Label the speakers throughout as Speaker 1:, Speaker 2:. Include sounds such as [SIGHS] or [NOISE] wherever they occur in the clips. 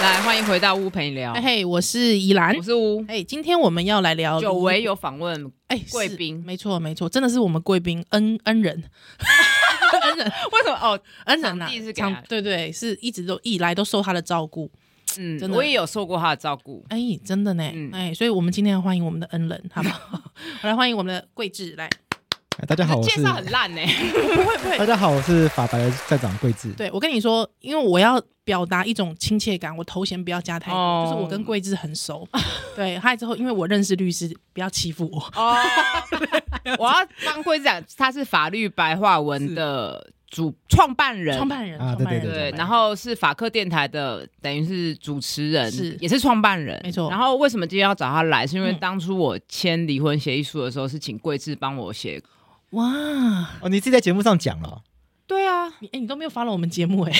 Speaker 1: 来，欢迎回到屋陪你聊
Speaker 2: 哎，嘿，我是宜兰
Speaker 1: 我。是屋。
Speaker 2: 哎，今天我们要来聊
Speaker 1: 久违有访问，
Speaker 2: 哎是
Speaker 1: 贵宾
Speaker 2: 没错没错，真的是我们贵宾恩恩人，恩人
Speaker 1: 为什么？哦，
Speaker 2: 恩人呐、
Speaker 1: 场地是给他
Speaker 2: 场对对，是一直都以来都受他的照顾。
Speaker 1: 嗯
Speaker 2: 真，的
Speaker 1: 我也有受过他的照顾。
Speaker 2: 哎，真的呢，
Speaker 1: 嗯
Speaker 2: 哎，所以我们今天要欢迎我们的恩人，好
Speaker 1: [LAUGHS]
Speaker 2: 不好？我来欢迎我们的桂智，来，
Speaker 3: 哎，大家好，我
Speaker 1: 介
Speaker 3: 是
Speaker 1: 绍很烂呢，
Speaker 3: 大家好，我是法白的站长桂智。
Speaker 2: 对我跟你说，因为我要表达一种亲切感，我头衔不要加太多，
Speaker 1: 哦
Speaker 2: 就是我跟桂智很熟，对，还有之后因为我认识律师，不要欺负我，
Speaker 1: [LAUGHS] 哦，我要帮贵长，他是法律白话文的主创办人，
Speaker 2: 创办人，
Speaker 3: 啊
Speaker 2: 创办人，
Speaker 3: 对
Speaker 1: 对
Speaker 2: 创办，人
Speaker 1: 然后是法克电台的，等于是主持人，
Speaker 2: 是
Speaker 1: 也是创办人，
Speaker 2: 没错
Speaker 1: 然后为什么今天要找他来，是因为
Speaker 2: 嗯
Speaker 1: 当初我签离婚协议书的时候，是请桂智帮我写。
Speaker 2: 哇，
Speaker 3: 哦，你自己在节目上讲了哦，
Speaker 1: 对啊，
Speaker 2: 你哎，你都没有发了我们节目哎，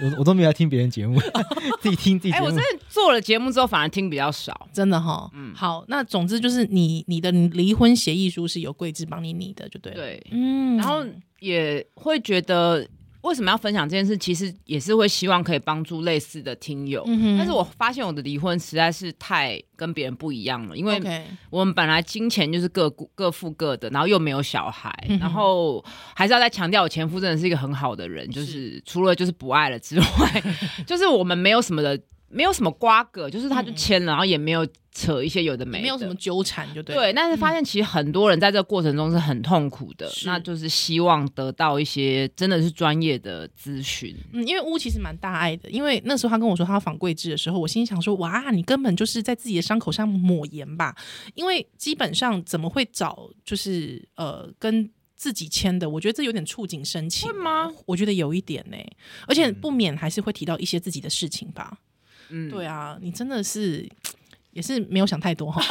Speaker 3: 我我我都没有来听别人节目， [LAUGHS] 自己听自己
Speaker 1: 哎，
Speaker 3: 节
Speaker 1: 我
Speaker 3: 目
Speaker 1: 真。的做了节目之后，反而听比较少。
Speaker 2: 真的哈，
Speaker 1: 嗯
Speaker 2: 好，那总之就是你你的离婚协议书是由桂枝帮你拟的，就对了。，
Speaker 1: 对，
Speaker 2: 嗯，
Speaker 1: 然后也会觉得为什么要分享这件事，其实也是会希望可以帮助类似的听友。
Speaker 2: 嗯哼
Speaker 1: 但是我发现我的离婚实在是太跟别人不一样了，因为
Speaker 2: OK，
Speaker 1: 我们本来金钱就是各顾各付各的，然后又没有小孩，
Speaker 2: 嗯哼
Speaker 1: 然后还是要再强调，我前夫真的是一个很好的人，就是除了就是不爱了之外， [LAUGHS] 就是我们没有什么的，没有什么瓜葛，就是他就签了，然后也没有扯一些有的没的，
Speaker 2: 嗯没有什么纠缠，就对。
Speaker 1: 对，，但是发
Speaker 3: 嗯
Speaker 1: 现其实很多人在这个过程中是很痛苦的，
Speaker 2: 是
Speaker 1: 那就是希望得到一些真的是专业的咨询。
Speaker 2: 嗯，因为乌其实蛮大爱的，因为那时候他跟我说他要仿桂枝的时候，我心里想说，哇，你根本就是在自己的伤口上抹盐吧？因为基本上怎么会找就是呃跟自己签的？我觉得这有点触景生情，
Speaker 1: 会吗？
Speaker 2: 我觉得有一点呢、而且不免还是会提到一些自己的事情吧。
Speaker 1: 嗯，
Speaker 2: 对啊，你真的是也是没有想太多哈，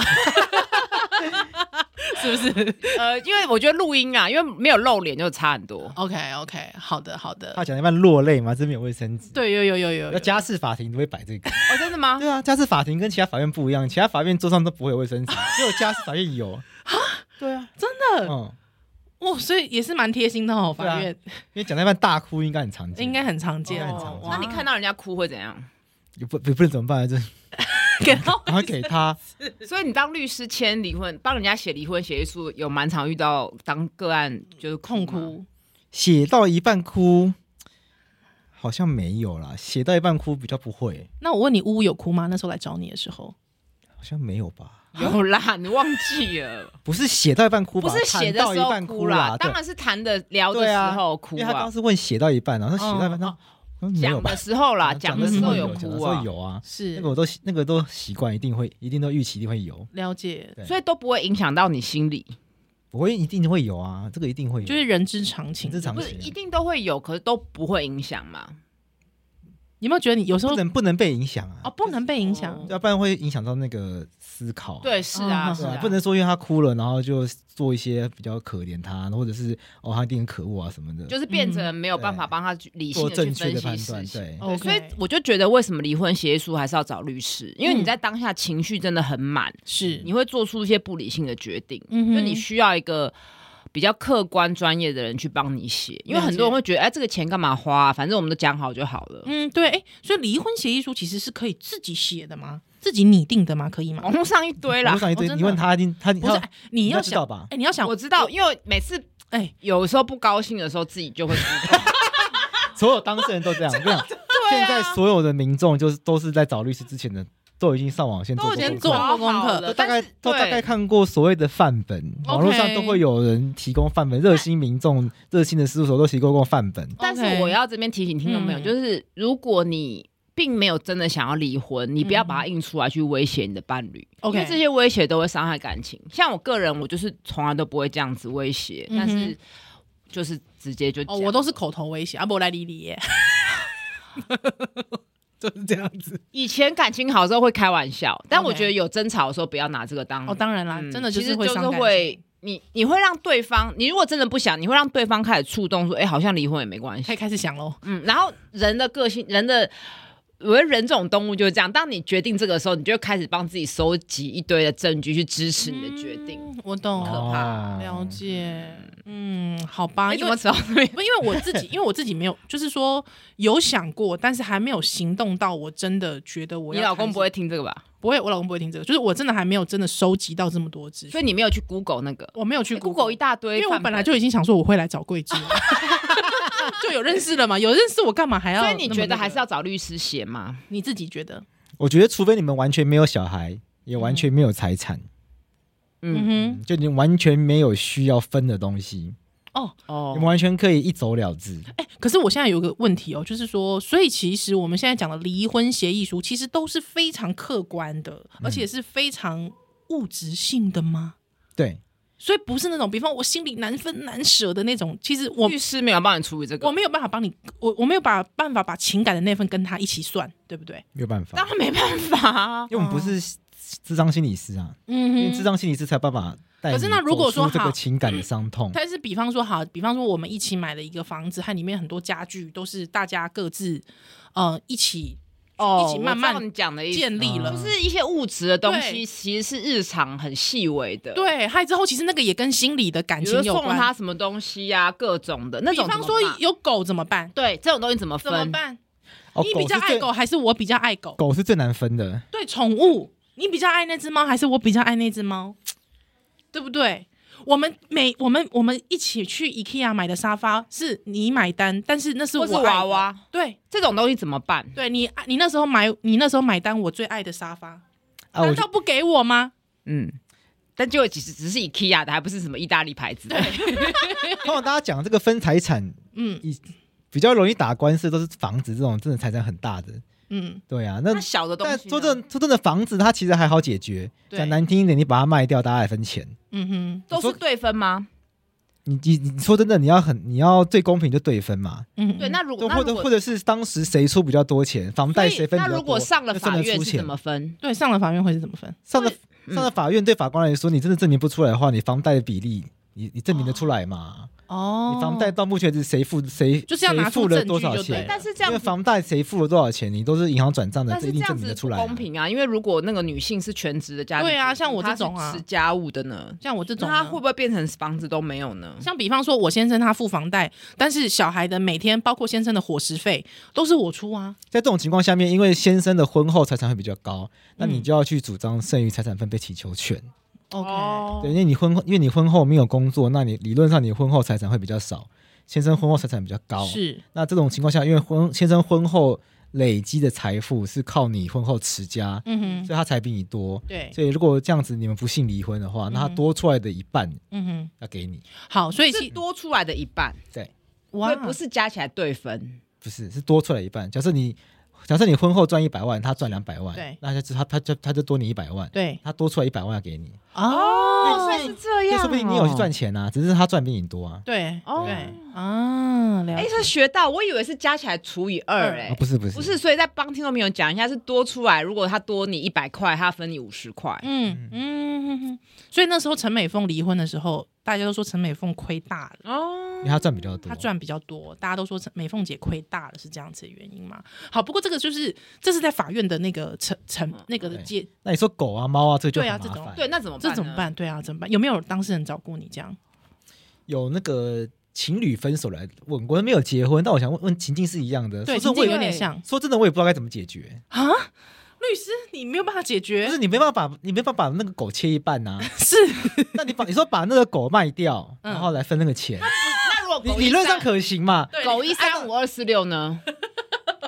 Speaker 2: 是不是
Speaker 1: 呃，因为我觉得录音啊，因为没有露脸就差很多。
Speaker 2: ？OK OK，好的好的
Speaker 3: 他，讲一半落泪嘛，这边有卫生纸。
Speaker 2: 对，有有有有
Speaker 3: 那
Speaker 2: 有，
Speaker 3: 家事法庭都会摆这个，
Speaker 1: 哦，真的吗？
Speaker 3: [LAUGHS] 对啊，家事法庭跟其他法院不一样，其他法院桌上都不会有卫生纸，只有家事法院有。对啊，
Speaker 2: 真
Speaker 3: 的，嗯，
Speaker 2: 哇，所以也是蛮贴心的哦，
Speaker 3: 对啊
Speaker 2: 法院
Speaker 3: 因为讲到一半大哭应该很常见，
Speaker 2: 应该很常见
Speaker 3: 应该很
Speaker 2: 哦
Speaker 3: 常。见
Speaker 2: 哇
Speaker 1: 那你看到人家哭会怎 [LAUGHS] 样？
Speaker 3: 也不不不能怎么办啊？
Speaker 1: [LAUGHS]
Speaker 3: 就是
Speaker 2: 给到
Speaker 3: 然后给他，
Speaker 1: 所以你当律师签离婚，帮人家写离婚协议书，有蛮常遇到当个案就是
Speaker 2: 痛
Speaker 1: 吗。
Speaker 3: 嗯
Speaker 2: 哭，
Speaker 3: 写到一半哭，好像没有啦，写到一半哭比较不会，
Speaker 2: 那我问你，呜呜有哭吗？那时候来找你的时候，
Speaker 3: 好像没有吧？
Speaker 1: 有啦，你忘记
Speaker 3: [LAUGHS]
Speaker 1: 了？
Speaker 3: 不是写到一半哭
Speaker 1: 不
Speaker 3: 吧，
Speaker 1: 是写的
Speaker 3: 谈到
Speaker 1: 时
Speaker 3: 一
Speaker 1: 候
Speaker 3: 半
Speaker 1: 哭
Speaker 3: 啦
Speaker 1: 啦，，当然是谈的聊的
Speaker 3: 对啊
Speaker 1: 时候哭
Speaker 3: 对，因为他刚
Speaker 1: 啊
Speaker 3: 刚，是问写到一半，然后写到一
Speaker 1: 嗯
Speaker 3: 半，
Speaker 1: 嗯
Speaker 3: 他没有
Speaker 1: 讲
Speaker 3: 吧
Speaker 1: 的？时候啦，
Speaker 3: 嗯
Speaker 1: 讲
Speaker 2: 的
Speaker 1: 的时候有
Speaker 3: 讲的
Speaker 1: 哭
Speaker 3: 时候
Speaker 1: 啊，
Speaker 3: 有啊，
Speaker 2: 是
Speaker 3: 那个我都那个都习惯，一定会，一定都预期一定会有，
Speaker 2: 了解，
Speaker 3: 对
Speaker 1: 所以都不会影响到你心里，
Speaker 3: 不会一定会有啊，这个一定会有，
Speaker 2: 就是人之常情。
Speaker 3: 人之常啊
Speaker 1: 不
Speaker 3: 情
Speaker 1: 是一定都会有，可是都不会影响嘛。
Speaker 2: 你有没有觉得你有时候
Speaker 3: 不能不能被影响
Speaker 2: 哦
Speaker 3: 啊，
Speaker 2: 不能被影响
Speaker 1: 哦？
Speaker 3: 要不然会影响到那个思考。
Speaker 1: 对，是啊，
Speaker 2: 嗯
Speaker 1: 是
Speaker 3: 对
Speaker 1: 啊
Speaker 3: 啊，，不能说因为他哭了，然后就做一些比较可怜他，或者是哦他一定很可恶啊什么的，
Speaker 1: 就是变成没有办法帮他去理性
Speaker 3: 做
Speaker 1: 的去
Speaker 3: 嗯正确
Speaker 1: 分
Speaker 3: 的
Speaker 1: 析
Speaker 3: 判
Speaker 1: 事哦
Speaker 3: 断。
Speaker 1: 情。
Speaker 3: 对，
Speaker 2: OK
Speaker 1: 所以我就觉得，为什么离婚协议书还是要找律师？因为你
Speaker 2: 嗯
Speaker 1: 在当下情绪真的很满，
Speaker 2: 是
Speaker 1: 你会做出一些不理性的决定，
Speaker 2: 嗯哼
Speaker 1: 就你需要一个比较客观专业的人去帮你写，因为
Speaker 2: 了解
Speaker 1: 很多人会觉得，哎，这个钱干嘛花啊、反正我们都讲好就好了。
Speaker 2: 嗯，对，哎，所以离婚协议书其实是可以自己写的吗？自己拟定的吗？可以吗？
Speaker 1: 网络上一堆啦
Speaker 3: 我，上一
Speaker 2: 哦
Speaker 3: 堆，
Speaker 2: 真的
Speaker 3: 哦你问他一定他
Speaker 2: 不是，
Speaker 3: 他
Speaker 2: 哎你要
Speaker 3: 应该知道
Speaker 2: 想
Speaker 3: 吧
Speaker 2: 哎，你要想，
Speaker 1: 我知道，，因为每次
Speaker 2: 哎，
Speaker 1: 有时候不高兴的时候，自己就会知道。
Speaker 3: 所有当事人都这样，我
Speaker 1: [LAUGHS]
Speaker 3: 跟你讲，
Speaker 1: 啊
Speaker 3: 现在所有的民众就是都是在找律师之前的，都已经上网先做
Speaker 1: 都
Speaker 3: 过
Speaker 1: 已经
Speaker 3: 功
Speaker 1: 做
Speaker 3: 课，
Speaker 1: 好
Speaker 2: 功课
Speaker 1: 了，
Speaker 3: 大概都大概看过所谓的范本，
Speaker 2: OK
Speaker 3: 网络上都会有人提供范本，热心民众、热心的事务所都提供过范本。
Speaker 1: 但是
Speaker 2: OK
Speaker 1: 我要这边提醒听众朋友，
Speaker 2: 嗯
Speaker 1: 就是如果你并没有真的想要离婚，你不要
Speaker 2: 嗯
Speaker 1: 把它印出来去威胁你的伴侣
Speaker 2: OK
Speaker 1: 因为这些威胁都会伤害感情。像我个人，我就是从来都不会这样子威胁，
Speaker 2: 嗯哼
Speaker 1: 但是就是直接就
Speaker 2: 哦，
Speaker 1: 讲
Speaker 2: 我都是口头威胁，啊，不来理你耶，就是这样子。
Speaker 1: 以前感情好的时候会开玩笑，但
Speaker 2: OK
Speaker 1: 我觉得有争吵的时候不要拿这个当
Speaker 2: 哦，当然啦，
Speaker 1: 嗯
Speaker 2: 真的
Speaker 1: 其
Speaker 2: 就
Speaker 1: 实
Speaker 2: 是会
Speaker 1: 就是
Speaker 2: 伤感
Speaker 1: 会
Speaker 2: 情。
Speaker 1: 你你会让对方，你如果真的不想，你会让对方开始触动，说，哎、好像离婚也没关系
Speaker 2: 可以。开始想喽。
Speaker 1: 嗯，然后人的个性，人的我觉得人这种动物就是这样，当你决定这个的时候，你就会开始帮自己收集一堆的证据去支持你的决定。
Speaker 2: 嗯我懂，
Speaker 1: 可
Speaker 3: 怕
Speaker 2: 了解。嗯，好吧，
Speaker 1: 你
Speaker 2: 因
Speaker 1: 怎
Speaker 2: 为
Speaker 1: 么知道那边？ [LAUGHS]
Speaker 2: 不，因为我自己，因为我自己没有，就是说有想过，但是还没有行动到。我真的觉得我
Speaker 1: 你
Speaker 2: 要
Speaker 1: 老公
Speaker 2: 开始
Speaker 1: 不会听这个吧？
Speaker 2: 不会，我老公不会听这个，就是我真的还没有真的收集到这么多资
Speaker 1: 所
Speaker 2: 讯，
Speaker 1: 以你没有去 Google 那个
Speaker 2: 我没有去
Speaker 1: Google 一大堆
Speaker 2: 因
Speaker 1: 范本，
Speaker 2: 为我本来就已经想说我会来找
Speaker 1: [LAUGHS]
Speaker 2: 桂枝了，就有认识了嘛，有认识我干嘛还要那
Speaker 1: 所
Speaker 2: 么
Speaker 1: 以
Speaker 2: 那个？
Speaker 1: 你觉得还是要找律师写吗？
Speaker 2: 你自己觉得？
Speaker 3: 我觉得除非你们完全没有小孩，也完全没有财产，
Speaker 1: 嗯，
Speaker 2: 嗯
Speaker 3: 就你完全没有需要分的东西，
Speaker 2: 哼，哦，
Speaker 3: 你
Speaker 1: 哦
Speaker 3: 们，完全可以一走了之。
Speaker 2: 可是我现在有一个问题哦，就是说，所以其实我们现在讲的离婚协议书，其实都是非常客观的，
Speaker 1: 嗯
Speaker 2: 而且是非常物质性的吗？
Speaker 3: 对，
Speaker 2: 所以不是那种，比方我心里难分难舍的那种。其实我
Speaker 1: 律师没有帮你处理这
Speaker 2: 我
Speaker 1: 个，
Speaker 2: 没有办法帮你，我我没有把办法把情感的那份跟他一起算，对不对？
Speaker 1: 嗯
Speaker 3: 没有办法，
Speaker 1: 当然没办法啊。
Speaker 3: 因为我们不是智障心理师啊，因为
Speaker 2: 嗯
Speaker 3: 智障心理师才有办法带你
Speaker 2: 可是那如果说
Speaker 3: 走出这
Speaker 2: 好
Speaker 3: 个情
Speaker 1: 嗯
Speaker 3: 感的伤痛，
Speaker 2: 但是，比方说，好，比方说，我们一起买了一个房子，和里面很多家具都是大家各自呃一起
Speaker 1: 哦
Speaker 2: 一起慢慢
Speaker 1: 我知道你讲的意思，
Speaker 2: 建立了。
Speaker 3: 嗯
Speaker 1: 就是一些物质的东
Speaker 2: 对
Speaker 1: 西，其实是日常很细微的。。
Speaker 2: 对，还有之后，其实那个也跟心理的感
Speaker 1: 比
Speaker 2: 情
Speaker 1: 如
Speaker 2: 有
Speaker 1: 说送
Speaker 2: 关。
Speaker 1: 了他什么东西呀、各种的那
Speaker 2: 比
Speaker 1: 种怎
Speaker 2: 方
Speaker 1: 么
Speaker 2: 说
Speaker 1: 办。
Speaker 2: 有狗怎么办？
Speaker 1: 对这种东西怎么
Speaker 2: 怎么
Speaker 1: 分？
Speaker 2: 办？
Speaker 3: 哦，
Speaker 2: 你
Speaker 3: 狗
Speaker 2: 比较
Speaker 3: 是
Speaker 2: 爱
Speaker 3: 最
Speaker 2: 狗还是我比较爱狗？
Speaker 3: 狗是最难分的，
Speaker 2: 对，宠物，你比较爱那只猫还是我比较爱那只猫？对不对？我们每我们我们一起去 IKEA 买的沙发是你买单，但是那是我
Speaker 1: 或是
Speaker 2: 爱的
Speaker 1: 娃娃，
Speaker 2: 对
Speaker 1: 这种东西怎么办？
Speaker 2: 对，你爱你那时候买你那时候买单我最爱的沙发，
Speaker 3: 啊，我
Speaker 2: 难
Speaker 3: 觉
Speaker 2: 道不给我吗？
Speaker 1: 嗯，但结果其实只是 IKEA 的，还不是什么意大利牌子的。
Speaker 3: 通常大家讲这个分
Speaker 1: [LAUGHS]
Speaker 3: 财产
Speaker 2: 嗯
Speaker 3: 比较容易打官司，都是房子这种真的财产很大的，
Speaker 2: 嗯，
Speaker 3: 对啊，那
Speaker 1: 那小的东
Speaker 3: 但
Speaker 1: 西呢，
Speaker 3: 说真的说真的，房子它其实还好解决，
Speaker 2: 对
Speaker 3: 讲难听一点，你把它卖掉，大家来分钱。
Speaker 2: 嗯哼，
Speaker 1: 都是对分吗？
Speaker 3: 你你你说真的，你要很你要最公平就对分嘛，
Speaker 2: 嗯，
Speaker 1: 对，那如果
Speaker 3: 都
Speaker 1: 哦那
Speaker 3: 或
Speaker 1: 如
Speaker 3: 者
Speaker 1: 果
Speaker 3: 或者是当时谁出比较多钱，房贷
Speaker 1: 所
Speaker 3: 谁
Speaker 1: 以
Speaker 3: 分比
Speaker 1: 那
Speaker 3: 较多，
Speaker 1: 如果上了
Speaker 3: 那算
Speaker 1: 法
Speaker 3: 得
Speaker 1: 院
Speaker 3: 出
Speaker 1: 是
Speaker 3: 钱
Speaker 1: 怎么分？
Speaker 2: 对上了法院会是怎么分？
Speaker 3: 上了
Speaker 1: 嗯
Speaker 3: 上了法院对法官来说，你真的证明不出来的话，你房贷的比例，你你证明得出来吗？
Speaker 2: 哦
Speaker 3: 你房贷到目前为止谁付谁
Speaker 2: 就是要拿
Speaker 3: 谁
Speaker 2: 出
Speaker 3: 付了
Speaker 2: 证据
Speaker 3: 多少
Speaker 2: 就对
Speaker 3: 钱
Speaker 2: 了？
Speaker 1: 但是这
Speaker 3: 啊因为
Speaker 1: 样子，
Speaker 3: 房贷谁付了多少钱，你都是银行转账的，
Speaker 1: 但
Speaker 3: 这
Speaker 1: 是这
Speaker 3: 一定
Speaker 1: 样
Speaker 3: 证明
Speaker 1: 子
Speaker 3: 得出
Speaker 1: 不
Speaker 3: 来、
Speaker 1: 公平啊！因为如果那个女性是全职的家庭主妇，
Speaker 2: 对啊像我这种
Speaker 1: 她
Speaker 2: 啊
Speaker 1: 是持家务的呢，
Speaker 2: 像我这
Speaker 1: 那
Speaker 2: 种呢，啊
Speaker 1: 她会不会变成房子都没有呢？
Speaker 2: 像比方说，我先生他付房贷，但是小孩的每天包括先生的伙食费都是我出啊。
Speaker 3: 在这种情况下面，因为先生的婚后财产会比较高，那你就要去主张剩余财产分配请求权。
Speaker 2: OK，、
Speaker 1: 哦
Speaker 3: 对，因为你婚后，因为你婚后没有工作，那你理论上你婚后财产会比较少，先生婚后财产比较高。
Speaker 2: 是
Speaker 3: 那这种情况下，因为婚先生婚后累积的财富是靠你婚后持家，
Speaker 2: 嗯哼，
Speaker 3: 所以他才比你多。
Speaker 2: 对，
Speaker 3: 所以如果这样子你们不幸离婚的话，那他多出来的一半
Speaker 2: 嗯哼，
Speaker 3: 要给你，
Speaker 2: 好，所以
Speaker 1: 是
Speaker 2: 其
Speaker 1: 多出来的一半，
Speaker 3: 对，
Speaker 1: 所
Speaker 2: 哇
Speaker 1: 以不是加起来对分。
Speaker 3: 不是是多出来一半。假设你假设你婚后赚一百万，他赚两百万，
Speaker 2: 对
Speaker 3: 那他就他他就他就多你一百万，
Speaker 2: 对
Speaker 3: 他多出来一百万要给你，
Speaker 2: 哦，
Speaker 1: 所以是这
Speaker 3: 那
Speaker 1: 样哦，
Speaker 3: 说不定你有去赚钱啊，只是他赚比你多啊。
Speaker 2: 对
Speaker 1: 哦
Speaker 2: 对啊，了
Speaker 1: 哎、
Speaker 2: 解
Speaker 1: 他学到，我以为是加起来除以二、
Speaker 2: 二
Speaker 1: 哎、
Speaker 3: 啊，不是不是
Speaker 1: 不是，所以再帮听众朋友讲一下，是多出来，如果他多你一百块，他分你五十块，
Speaker 2: 嗯嗯哼哼，所以那时候陈美凤离婚的时候，大家都说陈美凤亏大
Speaker 3: 嗯
Speaker 2: 了。
Speaker 1: 哦
Speaker 3: 因为，他赚比较多，
Speaker 2: 她赚比较多，大家都说陈美凤姐亏大了，是这样子的原因吗？好，不过这个就是这是在法院的那个陈陈那个的
Speaker 3: 对
Speaker 2: 结
Speaker 3: 那你说狗啊、猫啊，这就
Speaker 2: 对啊
Speaker 3: 很麻
Speaker 2: 这种
Speaker 3: 烦。
Speaker 1: 对，嗯那怎么办？
Speaker 2: 这怎么？办？对啊，怎么办？有没有当事人找过你这样？
Speaker 3: 有那个情侣分手来问，我没有结婚，但我想问问情境是一样的。
Speaker 2: 对，
Speaker 3: 说
Speaker 2: 情
Speaker 3: 真的，
Speaker 2: 境
Speaker 3: 我
Speaker 2: 有
Speaker 3: 也
Speaker 2: 点像
Speaker 3: 说真的，我也不知道该怎么解决。
Speaker 2: 啊。律师，你没有办法解
Speaker 3: 就
Speaker 2: 决
Speaker 3: 是，你没办法把，你没办法把那个狗切一半啊呐、
Speaker 2: 是
Speaker 3: 那你把你说把那个狗卖掉，
Speaker 2: 嗯
Speaker 3: 然后来分那个钱，
Speaker 1: 那如果
Speaker 3: 理
Speaker 2: 啊
Speaker 1: 狗
Speaker 3: 理论上
Speaker 1: 一
Speaker 3: 可行嘛？
Speaker 1: 三狗一三五二四六呢，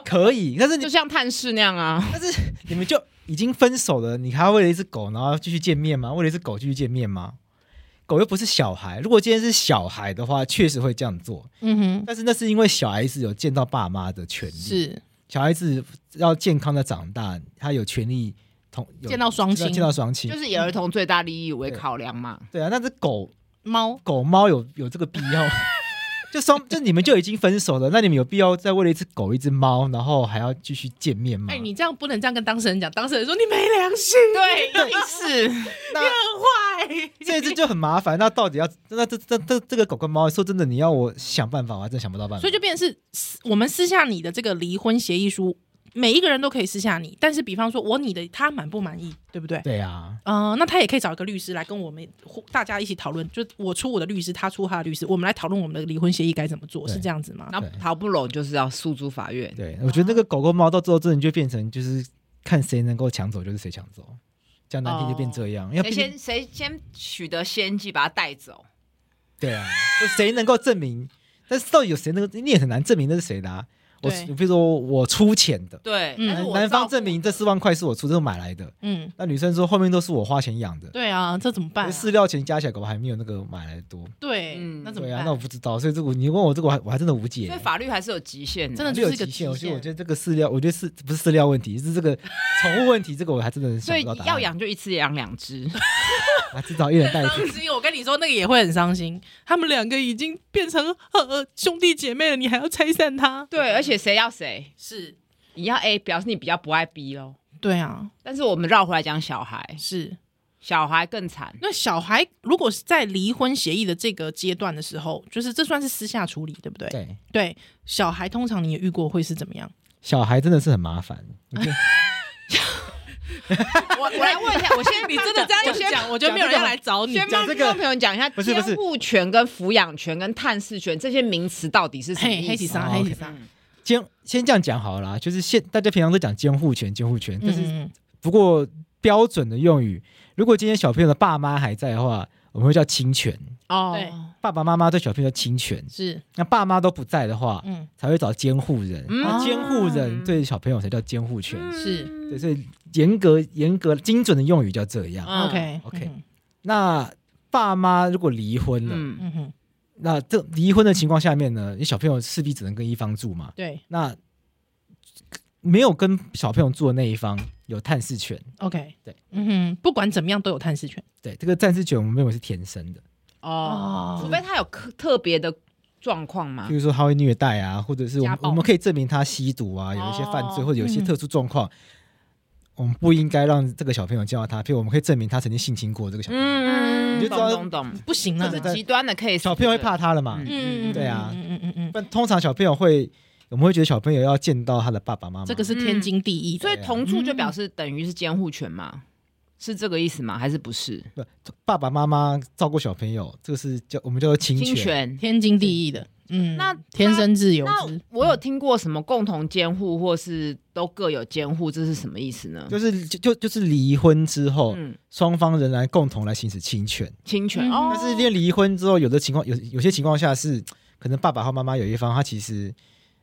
Speaker 3: 可以，但是你
Speaker 1: 就像探视那样啊，
Speaker 3: 但是你们就已经分手了，你还要为了一只狗然后继续见面吗？为了一只狗继续见面吗？狗又不是小孩，如果今天是小孩的话，确实会这样做，
Speaker 2: 嗯哼，
Speaker 3: 但是那是因为小孩子有见到爸妈的权利。
Speaker 2: 是
Speaker 3: 小孩子要健康的长大，他有权利同有
Speaker 2: 见到双亲
Speaker 3: 见到双亲，
Speaker 1: 就是以儿童最大利益为考量嘛。
Speaker 3: 对啊。那只狗
Speaker 2: 猫，
Speaker 3: 狗猫有有这个必要？ [LAUGHS] 就双就你们就已经分手了，那你们有必要再为了一只狗、一只猫，然后还要继续见面吗？
Speaker 2: 哎，你这样不能这样跟当事人讲，当事人说你没良
Speaker 3: [LAUGHS]
Speaker 2: 心，
Speaker 1: 对，一定是
Speaker 3: 那
Speaker 2: 你很坏。
Speaker 3: [LAUGHS] 这一只就很麻烦。那到底要 [LAUGHS] 那这这这这个狗跟猫，说真的，你要我想办法，我还真想不到办法。
Speaker 2: 所以就变成是私我们私下你的这个离婚协议书每一个人都可以私下你，但是比方说我你的他满不满意，对不对？
Speaker 3: 对啊，
Speaker 2: 嗯、那他也可以找一个律师来跟我们互大家一起讨论，就我出我的律师，他出他的律师，我们来讨论我们的离婚协议该怎么做，
Speaker 3: 对
Speaker 2: 是这样子吗？
Speaker 1: 然后逃不拢就是要诉诸法院。
Speaker 3: 对，我觉得那个狗狗猫到最后真的就变成就是看谁能够抢走就是谁抢走，讲难听就变这
Speaker 2: 哦
Speaker 3: 样，要
Speaker 2: 哎
Speaker 1: 谁先谁先取得先机，把它带走？
Speaker 3: 对啊，谁能够证明？但是到底有谁能够？你也很难证明那是谁的、啊。我
Speaker 2: 对
Speaker 3: 比如说我出钱的，
Speaker 1: 对，
Speaker 2: 嗯
Speaker 1: 但是
Speaker 3: 男
Speaker 1: 我
Speaker 3: 男
Speaker 1: 照
Speaker 3: 方
Speaker 1: 顾
Speaker 3: 证明这四万块是我出，这是我买来的。
Speaker 2: 嗯，
Speaker 3: 那女生说后面都是我花钱养的，
Speaker 2: 对啊，这怎么办、啊？
Speaker 3: 饲料钱加起来，搞不好还没有那个买来的多。
Speaker 2: 对，
Speaker 1: 嗯
Speaker 2: 那怎么
Speaker 3: 对啊，
Speaker 2: 办？
Speaker 3: 那我不知道，所以这个你问我这个，我还我还真的无解欸
Speaker 1: 所以。法律还是有极限的，
Speaker 2: 真的
Speaker 3: 没
Speaker 2: 就
Speaker 3: 有
Speaker 2: 是一个
Speaker 3: 极限，
Speaker 2: 极
Speaker 3: 我觉得我
Speaker 2: 限
Speaker 3: 觉得这个饲料，我觉得饲不是饲料问题，是这个
Speaker 2: [LAUGHS]
Speaker 3: 宠物问题，这个我还真的
Speaker 1: 所
Speaker 3: 想
Speaker 1: 以
Speaker 3: 不到答案。
Speaker 1: 要养就一次养两
Speaker 3: [LAUGHS]
Speaker 1: 只，
Speaker 3: 啊，至少一人带一
Speaker 2: 伤
Speaker 3: 只。
Speaker 2: 心，我跟你说，那个也会很伤心。他们两个已经变成呃呃兄弟姐妹了，你还要拆散他？
Speaker 1: 对，而且谁要谁，
Speaker 2: 是，
Speaker 1: 你要 A 表示你比较不爱 B 咯。
Speaker 2: 对啊，
Speaker 1: 但是我们绕回来讲小孩，
Speaker 2: 是。
Speaker 1: 小孩更惨，
Speaker 2: 那小孩如果是在离婚协议的这个阶段的时候，就是这算是私下处理，对 [LAUGHS] 不对？
Speaker 3: 对，
Speaker 2: 对小孩通常你也遇过会是怎么样？
Speaker 3: 小孩真的是很麻烦。你看
Speaker 1: 我我来问一下，我先
Speaker 2: 你真的这样
Speaker 1: 我先
Speaker 2: 讲，我觉得没有人要来找你。
Speaker 1: 先
Speaker 3: 讲
Speaker 1: 帮
Speaker 3: 这
Speaker 1: 听
Speaker 3: 个
Speaker 1: 众朋友讲一下，
Speaker 3: 不是不是
Speaker 1: 监护权、跟抚养权、跟探视权这些名词到底是什么
Speaker 2: 嘿，黑
Speaker 1: 意
Speaker 2: 起
Speaker 1: 思？嗯
Speaker 2: 上，
Speaker 3: 哦
Speaker 2: 黑起
Speaker 3: OK
Speaker 2: 上，
Speaker 3: 监先这样讲好了啦，就是现大家平常都讲监护权，监护权，但是
Speaker 2: 嗯
Speaker 3: 不过标准的用语，如果今天小朋友的爸妈还在的话，我们会叫侵权。
Speaker 2: 对
Speaker 1: 哦，
Speaker 3: 爸爸妈妈对小朋友叫侵权，
Speaker 2: 嗯是
Speaker 3: 那爸妈都不在的话，
Speaker 2: 嗯
Speaker 3: 才会找监护人。
Speaker 1: 嗯
Speaker 3: 那监护人对小朋友才叫监护权。
Speaker 2: 是
Speaker 1: 嗯
Speaker 3: 对，所以严格、严格、精准的用语叫这样。
Speaker 1: 嗯
Speaker 2: OK
Speaker 3: OK
Speaker 2: 嗯
Speaker 3: 那爸妈如果离婚了，
Speaker 1: 嗯，
Speaker 2: 嗯哼，
Speaker 3: 那这离婚的情况下面呢，你小朋友势必只能跟一方住嘛。
Speaker 2: 对
Speaker 3: 那没有跟小朋友住的那一方有探视权。
Speaker 2: OK
Speaker 3: 对，
Speaker 2: 嗯哼，不管怎么样都有探视权
Speaker 3: 对，这个探视权我们认为是天生的，
Speaker 1: 哦，
Speaker 2: 哦
Speaker 1: 除非他有特特别的状况嘛
Speaker 3: 比，如说他会虐待啊，或者是我
Speaker 1: 家
Speaker 3: 们
Speaker 1: 暴
Speaker 3: 我们可以证明他吸毒啊，有一些犯罪、
Speaker 1: 哦
Speaker 3: 或者有一些
Speaker 2: 嗯
Speaker 3: 特殊状况，我们不应该让这个小朋友见到他。譬如我们可以证明他曾经性侵过这个小朋友，
Speaker 1: 嗯，
Speaker 3: 你就知道
Speaker 1: 懂懂懂，
Speaker 2: 不行
Speaker 1: 这
Speaker 2: 啊
Speaker 1: 是
Speaker 3: 真，的
Speaker 1: 极端的 case，
Speaker 3: 小朋友会怕他了嘛？
Speaker 1: 嗯
Speaker 2: 嗯，
Speaker 3: 对啊
Speaker 2: 嗯嗯嗯
Speaker 3: 不然通常小朋友会，我们会觉得小朋友要见到他的爸爸妈妈。
Speaker 2: 嗯，这个是天经地义的
Speaker 1: 所以
Speaker 3: 对啊
Speaker 1: 同住
Speaker 2: 嗯
Speaker 1: 就表示等于是监护权嘛，是这个意思吗？还是不是？
Speaker 3: 不爸爸妈妈照顾小朋友，这个是叫我们叫做侵
Speaker 1: 侵
Speaker 3: 权。
Speaker 1: 权？
Speaker 2: 天经地义的，嗯，
Speaker 1: 那
Speaker 2: 天生自由
Speaker 1: 那
Speaker 2: 之，
Speaker 1: 我有听过什么共同监护，或是都各有监护，这是什么意思呢？
Speaker 3: 就是就就就是离婚之后，
Speaker 1: 嗯，
Speaker 3: 双方仍然共同来行使侵权。
Speaker 1: 侵权
Speaker 2: 嗯
Speaker 1: 哦，
Speaker 3: 但是因为离婚之后，有的情况有有些情况下是，可能爸爸和妈妈有一方他其实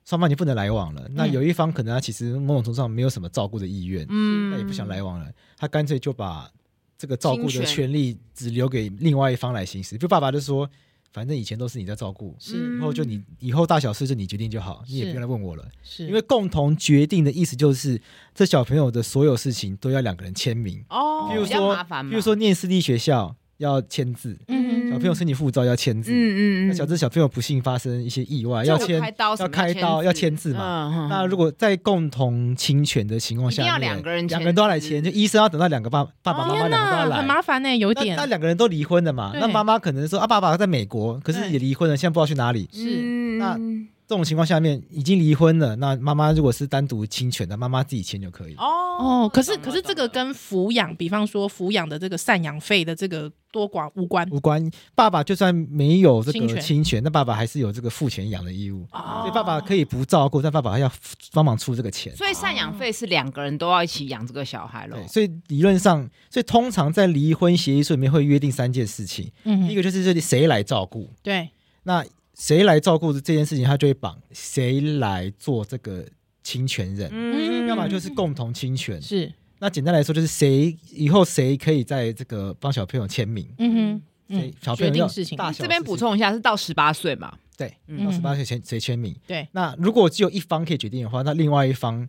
Speaker 3: 双方已经不能来往了，那有一方可能他其实某种程度上没有什么照顾的意愿，
Speaker 1: 嗯
Speaker 3: 那也不想来往了，他干脆就把这个照顾
Speaker 1: 侵
Speaker 3: 的
Speaker 1: 权
Speaker 3: 权利只留给另外一方来行使。就爸爸就说，反正以前都是你在照顾，
Speaker 2: 是
Speaker 1: 嗯
Speaker 3: 以后就你以后大小事就你决定就好，你也
Speaker 2: 是
Speaker 3: 不用来问我了。
Speaker 2: 是
Speaker 3: 因为共同决定的意思就是，这小朋友的所有事情都要两个人签名，
Speaker 1: 哦，
Speaker 3: 譬如
Speaker 1: 比较
Speaker 3: 说
Speaker 1: 麻烦嘛，
Speaker 3: 比如说念私立学校要签字。
Speaker 2: 嗯
Speaker 3: 小朋友申请护照要签字，
Speaker 1: 嗯嗯
Speaker 3: 那
Speaker 1: 嗯，
Speaker 3: 小这小朋友不幸发生一些意外，
Speaker 1: 就
Speaker 3: 要
Speaker 1: 有
Speaker 3: 签
Speaker 1: 开刀什么
Speaker 3: 要开刀
Speaker 1: 字
Speaker 3: 要签字嘛。
Speaker 1: 嗯嗯
Speaker 3: 那如果在共同侵权的情况下
Speaker 1: 一定要
Speaker 3: 面，
Speaker 1: 两个人签哦
Speaker 3: 两个人都要来签，就医生要等到两个爸爸爸妈妈
Speaker 2: 天
Speaker 3: 两个都要
Speaker 2: 很
Speaker 3: 来。
Speaker 2: 麻烦欸呢，有
Speaker 3: 那
Speaker 2: 点
Speaker 3: 那两个人都离婚了嘛？
Speaker 2: 对
Speaker 3: 那妈妈可能说啊，爸爸在美国，可是
Speaker 2: 对
Speaker 3: 也离婚了，现在不知道去哪里。
Speaker 2: 是
Speaker 1: 嗯
Speaker 3: 那这种情况下面已经离婚了，那妈妈如果是单独侵权的，妈妈自己签就可以。
Speaker 1: 哦
Speaker 2: 哦，可是
Speaker 1: 懂了
Speaker 2: 可是这
Speaker 1: 懂
Speaker 2: 个
Speaker 1: 了
Speaker 2: 跟抚养，比方说抚养的这个赡养费的这个多寡无关
Speaker 3: 无关，爸爸就算没有这
Speaker 2: 侵权
Speaker 3: 个侵权，那爸爸还是有这个付钱养的义务。所
Speaker 2: 哦
Speaker 3: 以爸爸可以不照顾，但爸爸还要帮忙出这个钱。
Speaker 1: 所以赡养费是两个人都要一起养这个小孩喽
Speaker 3: 对，。所以理论上，所以通常在离婚协议书里面会约定三件事情，
Speaker 2: 嗯
Speaker 3: 第一
Speaker 2: 哼，
Speaker 3: 个就是这里谁来照顾，
Speaker 2: 对，
Speaker 3: 那谁来照顾的这件事情，他就会绑谁来做这个侵权人，
Speaker 1: 嗯
Speaker 3: 要么就是共同侵权。
Speaker 2: 是，
Speaker 3: 那简单来说，就是谁以后谁可以在这个帮小朋友签名，
Speaker 2: 嗯哼，嗯
Speaker 3: 谁，小朋
Speaker 2: 决
Speaker 3: 友
Speaker 2: 定
Speaker 3: 要
Speaker 2: 事情，
Speaker 3: 大小
Speaker 1: 这边
Speaker 3: 事情
Speaker 1: 补，充一下，是到十八岁嘛？
Speaker 3: 对，
Speaker 1: 嗯
Speaker 3: 到十八岁前谁签名。
Speaker 2: 对，
Speaker 3: 那如果只有一方可以决定的话，那另外一方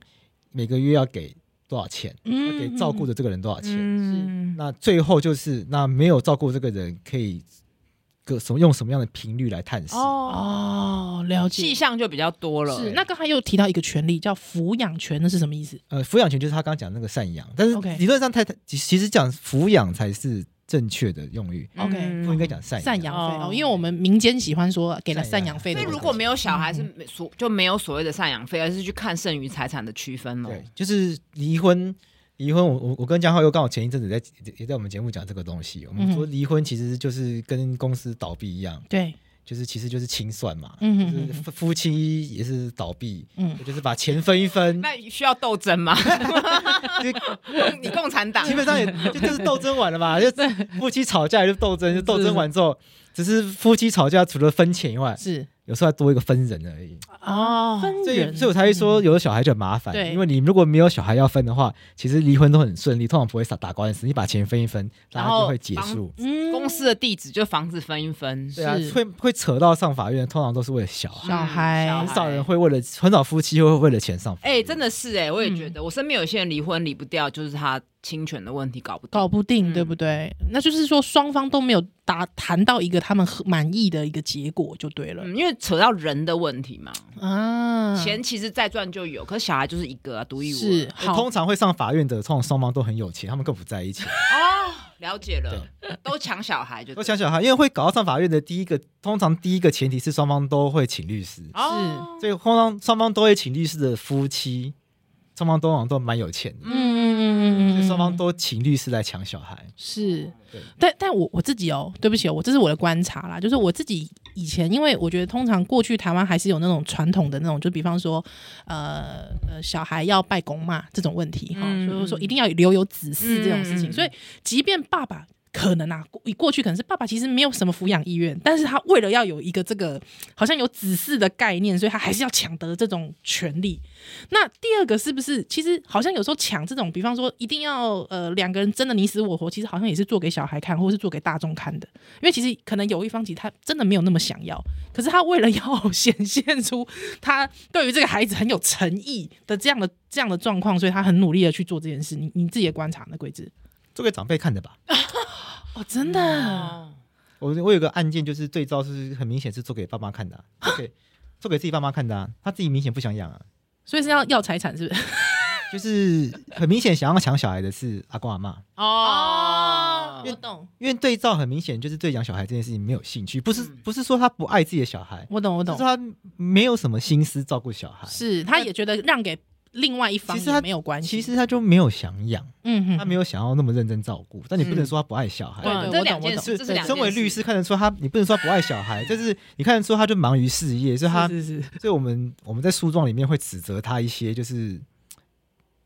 Speaker 3: 每个月要给多少钱，要
Speaker 2: 嗯
Speaker 3: 给照顾的这个人多少钱？
Speaker 1: 嗯，
Speaker 3: 那最后就是，那没有照顾这个人可以个什么用什么样的频率来探视？
Speaker 1: 哦，
Speaker 2: 哦，了
Speaker 1: 气
Speaker 2: 解。
Speaker 1: 象就比较多了。
Speaker 2: 是，那刚才又提到一个权利叫抚养权，那是什么意思？
Speaker 3: 呃，抚养权就是他刚刚讲那个赡养，但是
Speaker 2: OK
Speaker 3: 理论上太太其其实讲抚养才是正确的用语，
Speaker 1: 嗯
Speaker 2: OK
Speaker 3: 不应该讲赡
Speaker 2: 嗯赡养费
Speaker 1: 哦
Speaker 2: 哦，因为我们民间喜欢说给了
Speaker 3: 赡
Speaker 2: 赡
Speaker 3: 养
Speaker 2: 养费的
Speaker 1: 所
Speaker 2: 这
Speaker 1: 以
Speaker 2: 个东西。
Speaker 1: 如果没有小孩是
Speaker 3: 嗯
Speaker 1: 没所就没有所谓的赡养费，而是去看剩余财产的区分了。
Speaker 3: 对，就是离婚，离婚我，我我跟江浩又刚好前一阵子在也在我们节目讲这个东西，我
Speaker 2: 嗯
Speaker 3: 们说离婚其实就是跟公司倒闭一样，
Speaker 2: 对，
Speaker 3: 就是其实就是清算嘛，
Speaker 2: 嗯
Speaker 3: 就
Speaker 2: 哼
Speaker 3: 是
Speaker 2: 哼
Speaker 3: 夫夫妻也是倒闭，
Speaker 2: 嗯
Speaker 3: 就是把钱分一
Speaker 2: [LAUGHS]
Speaker 3: 分，
Speaker 1: 那需要斗争
Speaker 3: [LAUGHS]
Speaker 1: 吗？ [LAUGHS]
Speaker 3: 就
Speaker 1: 你共产党
Speaker 3: [LAUGHS] 基本上也就就是斗争完了嘛，就夫妻吵架就斗争，就斗争完之后，只是夫妻吵架除了分钱以外，
Speaker 2: 是
Speaker 3: 有时候还多一个分人而已。
Speaker 2: 哦，分
Speaker 3: 所以，所以我才会说有了小孩就很麻烦，
Speaker 2: 对
Speaker 3: 因为你如果没有小孩要分的话，其实离婚都很顺利，通常不会打打官司，你把钱分一分，大
Speaker 1: 然
Speaker 3: 家
Speaker 1: 后
Speaker 3: 就会结束。
Speaker 2: 嗯
Speaker 1: 公司的地址就房子分一分，
Speaker 3: 对啊
Speaker 2: 是，
Speaker 3: 会会扯到上法院，通常都是为了小孩，
Speaker 2: 小孩
Speaker 1: 嗯
Speaker 3: 很少人会为了很少夫妻会为了钱上法
Speaker 1: 哎、
Speaker 3: 院。
Speaker 1: 真的是哎、我也
Speaker 2: 嗯
Speaker 1: 觉得，我身边有些人离婚离不掉，就是他侵权的问题搞不定
Speaker 2: 搞不定，
Speaker 1: 嗯
Speaker 2: 对不对？那就是说双方都没有达谈到一个他们合满意的一个结果就对了
Speaker 1: 嗯，因为扯到人的问题嘛，
Speaker 2: 啊。
Speaker 1: 钱其实再赚就有，可是小孩就是一个、啊、独一无二。
Speaker 2: 是
Speaker 3: 因为
Speaker 2: 好
Speaker 3: 通，常会上法院的，通常双方都很有钱，他们更不在一起。
Speaker 1: 哦，了解了，都抢小孩就
Speaker 3: 我想想哈，因为会搞到上法院的第一个，通常第一个前提是双方都会请律师，
Speaker 1: 哦，
Speaker 3: 所以通常双方都会请律师的夫妻，双方通常都蛮有钱的，
Speaker 2: 嗯嗯嗯嗯
Speaker 3: 所以
Speaker 2: 嗯，
Speaker 3: 双方都请律师来抢小孩。
Speaker 2: 是
Speaker 3: 对，
Speaker 2: 但但我我自己哦，对不起、哦，我这是我的观察啦，就是我自己以前，因为我觉得通常过去台湾还是有那种传统的那种，就比方说，呃呃，小孩要拜公嘛这种问题哈，
Speaker 1: 嗯
Speaker 2: 所以说一定要留有子嗣这种事
Speaker 1: 嗯
Speaker 2: 情，
Speaker 1: 嗯嗯
Speaker 2: 所以即便爸爸。可能啊，过过去可能是爸爸其实没有什么抚养意愿，但是他为了要有一个这个好像有子嗣的概念，所以他还是要抢得这种权利。那第二个是不是其实好像有时候抢这种，比方说一定要呃两个人争的你死我活，其实好像也是做给小孩看，或是做给大众看的。因为其实可能有一方其实他真的没有那么想要，可是他为了要显现出他对于这个孩子很有诚意的这样的这样的状况，所以他很努力的去做这件事。你你自己的观察呢，桂枝？
Speaker 3: 做给长辈看的吧。
Speaker 2: 哦，真的，
Speaker 1: 哦
Speaker 3: 我我有个案件就是最糟是很明显是做给爸妈看的、啊，做
Speaker 2: [LAUGHS]
Speaker 3: 给做给自己爸妈看的、啊，他自己明显不想养啊，
Speaker 2: 所以是要要财产是不是？
Speaker 3: 就是很明显想要抢小孩的是阿公阿妈。
Speaker 1: 哦，
Speaker 2: 我懂，
Speaker 3: 因为对照很明显，就是对养小孩这件事情没有兴趣，不是不是说他不爱自己的小孩，
Speaker 2: 我嗯懂，我
Speaker 3: 就是
Speaker 2: 懂，
Speaker 3: 他没有什么心思照顾小孩，
Speaker 2: 是他也觉得让给另外一方
Speaker 3: 其实他
Speaker 2: 也没有关系。
Speaker 3: 其实他就没有想养，
Speaker 2: 嗯哼，
Speaker 3: 他没有想要那么认真照顾，但你不能说他不爱小孩。
Speaker 2: 对
Speaker 1: 嗯
Speaker 2: 对
Speaker 1: 这
Speaker 2: 我
Speaker 1: 两
Speaker 2: 懂
Speaker 1: 件
Speaker 2: 我懂
Speaker 1: 事，这是两件事。
Speaker 3: 身为律师，看得出他，你不能说他不爱小
Speaker 2: [LAUGHS]
Speaker 3: 孩，但是你看得出他就忙于事业，所以他，
Speaker 2: 是是是，
Speaker 3: 所以我们我们在诉状里面会指责他一些，就是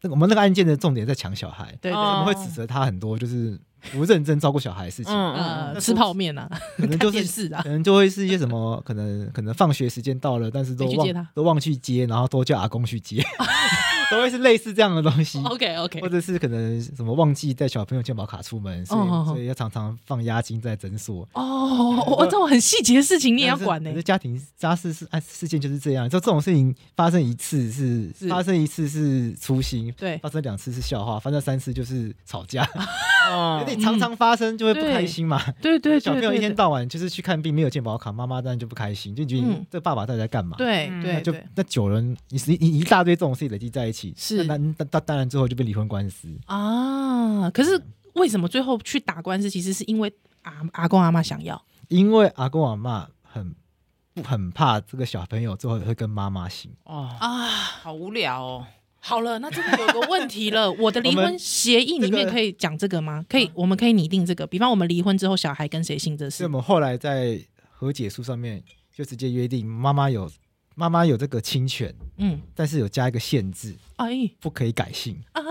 Speaker 3: 那个我们那个案件的重点在抢小孩，
Speaker 2: 对对，
Speaker 3: 我
Speaker 1: 哦
Speaker 3: 们会指责他很多就是不认真照顾小孩的事情，
Speaker 1: 嗯嗯，
Speaker 2: 呃，吃泡面啊，
Speaker 3: 可能
Speaker 2: 看
Speaker 3: [LAUGHS] 就
Speaker 2: 电
Speaker 3: 是
Speaker 2: 视
Speaker 3: [LAUGHS]
Speaker 2: 啊
Speaker 3: 可，能就会是一些什么，可能可能放学时间到了，但是都
Speaker 2: 没去接
Speaker 3: 忘
Speaker 2: 他
Speaker 3: 都忘去接，然后都叫阿公去接， [LAUGHS] 都会是类似这样的东西，
Speaker 2: OK OK，
Speaker 3: 或者是可能什么忘记带小朋友健保卡出门，所以、
Speaker 2: 哦哦哦
Speaker 3: 所以要常常放押金在诊所。
Speaker 2: 哦，我这种很细节的事情你也要管欸呢
Speaker 3: 可是。家庭家事事哎事件就是这样，就这种事情发生一次是
Speaker 2: 是
Speaker 3: 发生一次是粗心，
Speaker 2: 对，
Speaker 3: 发生两次是笑话，发生三次就是吵架，
Speaker 1: 哦
Speaker 3: [LAUGHS] 你常常发生就会不开心嘛。
Speaker 2: 对嗯对对，
Speaker 3: 小朋友
Speaker 2: 对
Speaker 3: 一天
Speaker 2: 对
Speaker 3: 到晚就是去看病，没有健保卡，妈妈当然就不开心，就觉得
Speaker 2: 嗯
Speaker 3: 你这爸爸到底在干嘛？
Speaker 2: 对
Speaker 1: 嗯
Speaker 3: 那
Speaker 2: 对
Speaker 3: 就
Speaker 2: 对
Speaker 3: 那久了，你是一一大堆这种事情累积在一起，
Speaker 2: 是
Speaker 3: 那那那当然最后就被离婚官司。
Speaker 2: 啊，可是为什么最后去打官司，其实是因为阿阿公阿妈想要
Speaker 3: 因为阿公阿妈很不很怕这个小朋友最后会跟妈妈姓，
Speaker 1: 哦，
Speaker 2: 啊。
Speaker 1: 好无聊哦。
Speaker 2: 好了，那这个有一个问题 [LAUGHS] 了，我的离
Speaker 3: 我
Speaker 2: 婚
Speaker 3: 们
Speaker 2: 协议里
Speaker 3: 这个
Speaker 2: 面可以讲这个吗？可以，我们可以拟定这个，比方我们离婚之后，小孩跟谁姓这
Speaker 3: 所以
Speaker 2: 事
Speaker 3: 我。们后来在和解书上面就直接约定，妈妈有妈妈有这个侵权，
Speaker 2: 嗯，
Speaker 3: 但是有加一个限制，
Speaker 2: 哎
Speaker 3: 不可以改姓。
Speaker 2: 啊，